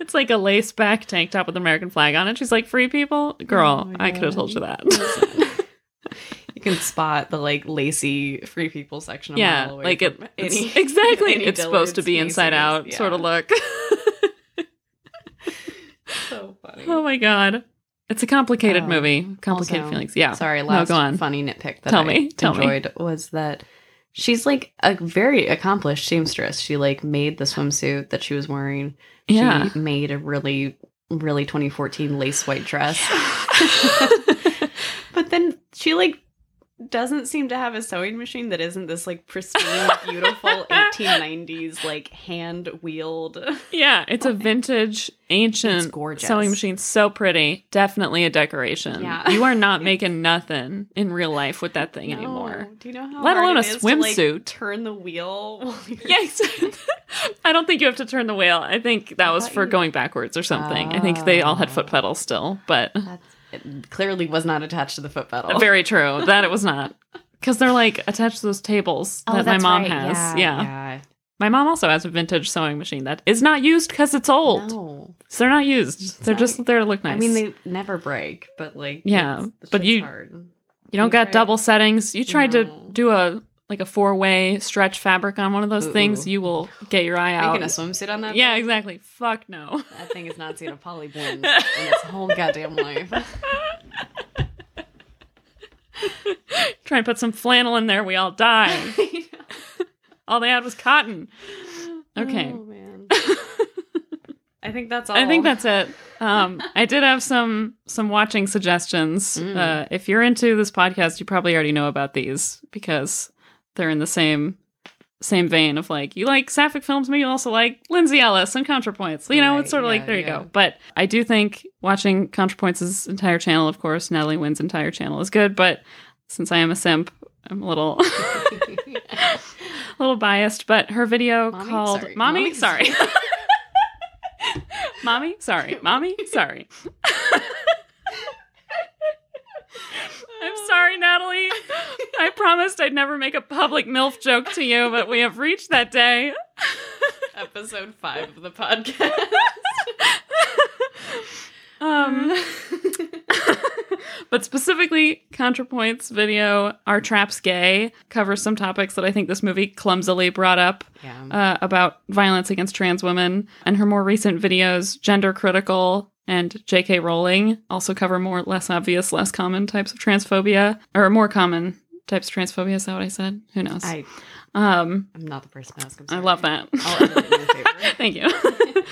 B: it's like a lace back tank top with an American flag on it. She's like, "Free people, girl.
C: Oh my
B: I could have
C: God.
B: told you that."
C: You can spot the like lacy free people section a
B: yeah,
C: mile away
B: like it
C: from
B: it's-
C: any-
B: exactly.
C: any
B: it's supposed to
C: Dillard's,
B: be inside
C: Macy's,
B: out
C: yeah.
B: sort of look.
C: so funny.
B: oh my god, it's a complicated
C: Um,
B: movie. Complicated
C: also-
B: feelings. Yeah,
C: Sorry, last
B: go on.
C: funny nitpick that
B: Tell
C: I
B: me, tell me.
C: enjoyed was that she's like a very accomplished seamstress. She like made the swimsuit that she was wearing.
B: Yeah.
C: She made a really really 2014 lace white dress. but then she like doesn't seem to have a sewing machine that isn't this like pristine beautiful 1890s like hand wheeled
B: yeah, it's a vintage, ancient
C: gorgeous.
B: sewing machine. So pretty. Definitely a decoration.
C: Yeah.
B: you are not making nothing in real life with that thing anymore.
C: No. Do you know how
B: Let
C: hard
B: alone
C: it
B: a
C: is to, like,
B: swimsuit.
C: turn the wheel. while you're-
B: Yes. I don't think you have to turn the wheel. I think that
C: I
B: was
C: thought
B: for
C: you-
B: going backwards or something. I think they all had foot
C: Oh.
B: pedals still, but
C: That's, it clearly was not attached to the foot pedal.
B: very true. That it was not. Because they're like attached to those tables
C: Oh,
B: that my mom has. Yeah, My mom also has a vintage sewing machine that is not used because it's old.
C: No.
B: So they're not used. They're
C: not-
B: just there to look nice.
C: I mean, they never break, but like,
B: Yeah,
C: it's- the
B: but
C: shit's
B: you-
C: hard.
B: you don't
C: you
B: got
C: tried-
B: double settings. You tried
C: No.
B: to do a like a four way stretch fabric on one of those things,
C: Ooh.
B: you will get your eye
C: Making
B: out.
C: a swimsuit on that.
B: Yeah,
C: thing?
B: exactly. Fuck no.
C: That thing has not seen a poly blend in its whole goddamn life.
B: Try and put some flannel in there, we all die. all they had was cotton. Okay.
C: Oh, man. I think that's all.
B: I think that's it. Um, I did have some some watching suggestions.
C: Mm.
B: Uh, if you're into this podcast, you probably already know about these because they're in the same same vein of like you like sapphic films, maybe you also like Lindsay Ellis and Contrapoints. You know,
C: Right,
B: it's sort of like
C: yeah,
B: there you
C: yeah.
B: go. But I do think watching Contrapoints' entire channel, of course, Natalie Wynn's entire channel is good. But since I am a simp, I'm a little a little biased, but her video
C: Mommy,
B: called
C: sorry.
B: Mommy,
C: Mommy,
B: sorry. Mommy, sorry. Mommy, sorry. I'm sorry, Natalie. I promised I'd never make a public MILF joke to you, but we have reached that day.
C: episode five of the podcast.
B: Um,
C: Mm.
B: but specifically, ContraPoint's video, Are Traps Gay, covers some topics that I think this movie clumsily brought up
C: yeah.
B: uh, about violence against trans women, and her more recent videos, Gender Critical and J.K. Rowling, also cover more less obvious, less common types of transphobia, or more common types of transphobia. Is that what I said? Who knows?
C: I,
B: um,
C: I'm not the person to ask. I'm
B: I
C: sorry.
B: love that.
C: I'll edit it in your favor.
B: Thank you,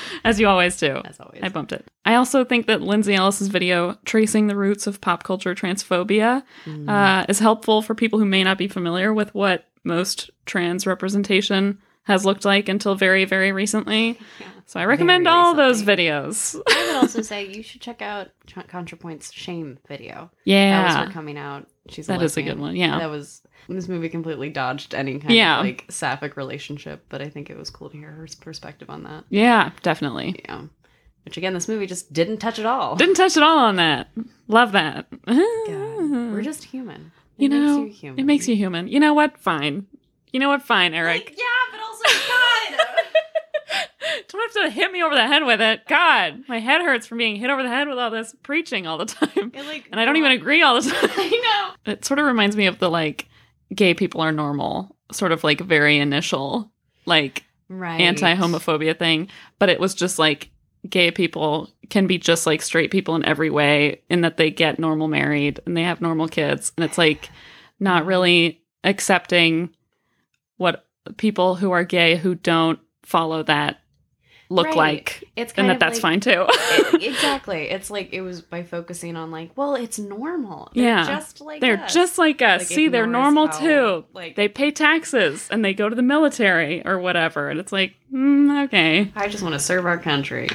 B: as you always do.
C: As always.
B: I bumped it. I also think that Lindsay Ellis's video, Tracing the Roots of Pop Culture Transphobia,
C: Mm.
B: uh, is helpful for people who may not be familiar with what most trans representation has looked like until very, very recently.
C: Yeah.
B: So I recommend
C: Very
B: all those
C: recently.
B: videos.
C: I would also say you should check out Tra- ContraPoint's Shame video. That was
B: Yeah.
C: her coming out. She's a
B: That is a good
C: lesbian.
B: one. Yeah.
C: That was this movie completely dodged any kind
B: Yeah.
C: of like sapphic relationship, but I think it was cool to hear her s- perspective on that.
B: Yeah, definitely.
C: Yeah. Which again, this movie just didn't touch at all.
B: Didn't touch at all on that. Love that.
C: We're just human.
B: you know,
C: makes you human.
B: it makes you human. You know what? Fine. You know what? Fine, Eric.
F: Yeah, but also God.
B: Don't have to hit me over the head with it. God, my head hurts from being hit over the head with all this preaching all the time.
C: It, like,
B: And I don't even agree all the time.
C: I
B: It sort of reminds me of the like gay people are normal, sort of like very initial like
C: know. Right.
B: anti homophobia thing. But it was just like gay people can be just like straight people in every way, in that they get normal married and they have normal kids. And it's like not really accepting what people who are gay who don't follow that look
C: Right.
B: like
C: It's kind
B: and that
C: of
B: that's
C: like,
B: fine too.
C: it- exactly. It's like it was by focusing on like, well, it's normal. They're
B: Yeah.
C: just like
B: they're
C: us.
B: just like us.
C: Like,
B: See, they're
C: ignores
B: normal
C: how,
B: too.
C: Like
B: They pay taxes and they go to the military or whatever. And it's like, mm, okay.
C: I just want to serve our country.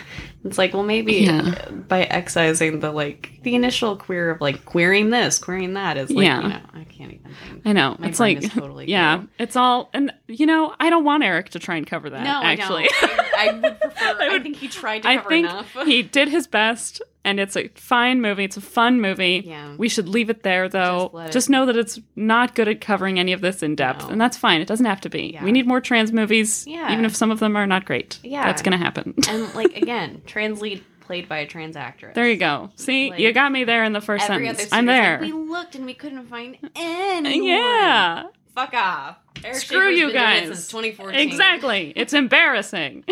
C: It's like, well, maybe
B: Yeah.
C: by excising the like the initial queer of like queering this, queering that is like,
B: Yeah.
C: you know, I can't even think.
B: I know.
C: My
B: it's
C: brain
B: like,
C: is totally
B: yeah,
C: gone.
B: it's all. And, you know, I don't want Eric to try and cover that,
C: No,
B: actually.
C: I don't. I, I would prefer.
B: I
C: I,
B: would-
C: think he tried to
B: I
C: cover
B: think
C: enough.
B: he did his best and it's a fine movie. It's a fun movie.
C: yeah.
B: We should leave it there though.
C: Just let
B: Just,
C: it-
B: know that it's not good at covering any of this in depth,
C: No.
B: and that's fine. It doesn't have to be.
C: Yeah.
B: We need more trans movies,
C: Yeah.
B: even if some of them are not great.
C: Yeah.
B: That's going to happen.
C: and like again, trans lead played by a trans actress.
B: there you go. See,
C: Like,
B: you got me there in the first
C: Every
B: sentence.
C: other
B: I'm
C: student's
B: there. Uh,
C: like, we looked and we couldn't find anyone.
B: yeah.
C: Fuck off. Eric
B: Screw
C: Schaefer's
B: you
C: been doing it
B: guys.
C: Since 2014.
B: Exactly. It's embarrassing.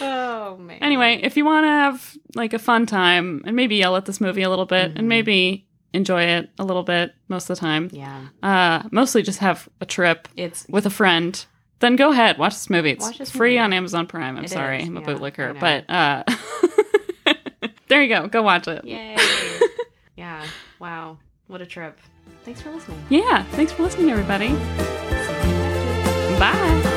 C: Oh man.
B: anyway, if you want to have like a fun time and maybe yell at this movie a little bit and
C: Mhm.
B: maybe enjoy it a little bit most of the time,
C: Yeah.
B: uh, mostly just have a trip
C: It's
B: with a friend, then go ahead watch this movie. It's
C: Watch this
B: free
C: movie.
B: on Amazon Prime. I'm
C: It
B: sorry,
C: is,
B: I'm a
C: yeah, I
B: bootlicker,
C: know.
B: but uh, there you go. Go watch it.
C: yay. yeah. Wow. What a trip. Thanks for listening.
B: yeah. Thanks for listening, everybody. Bye.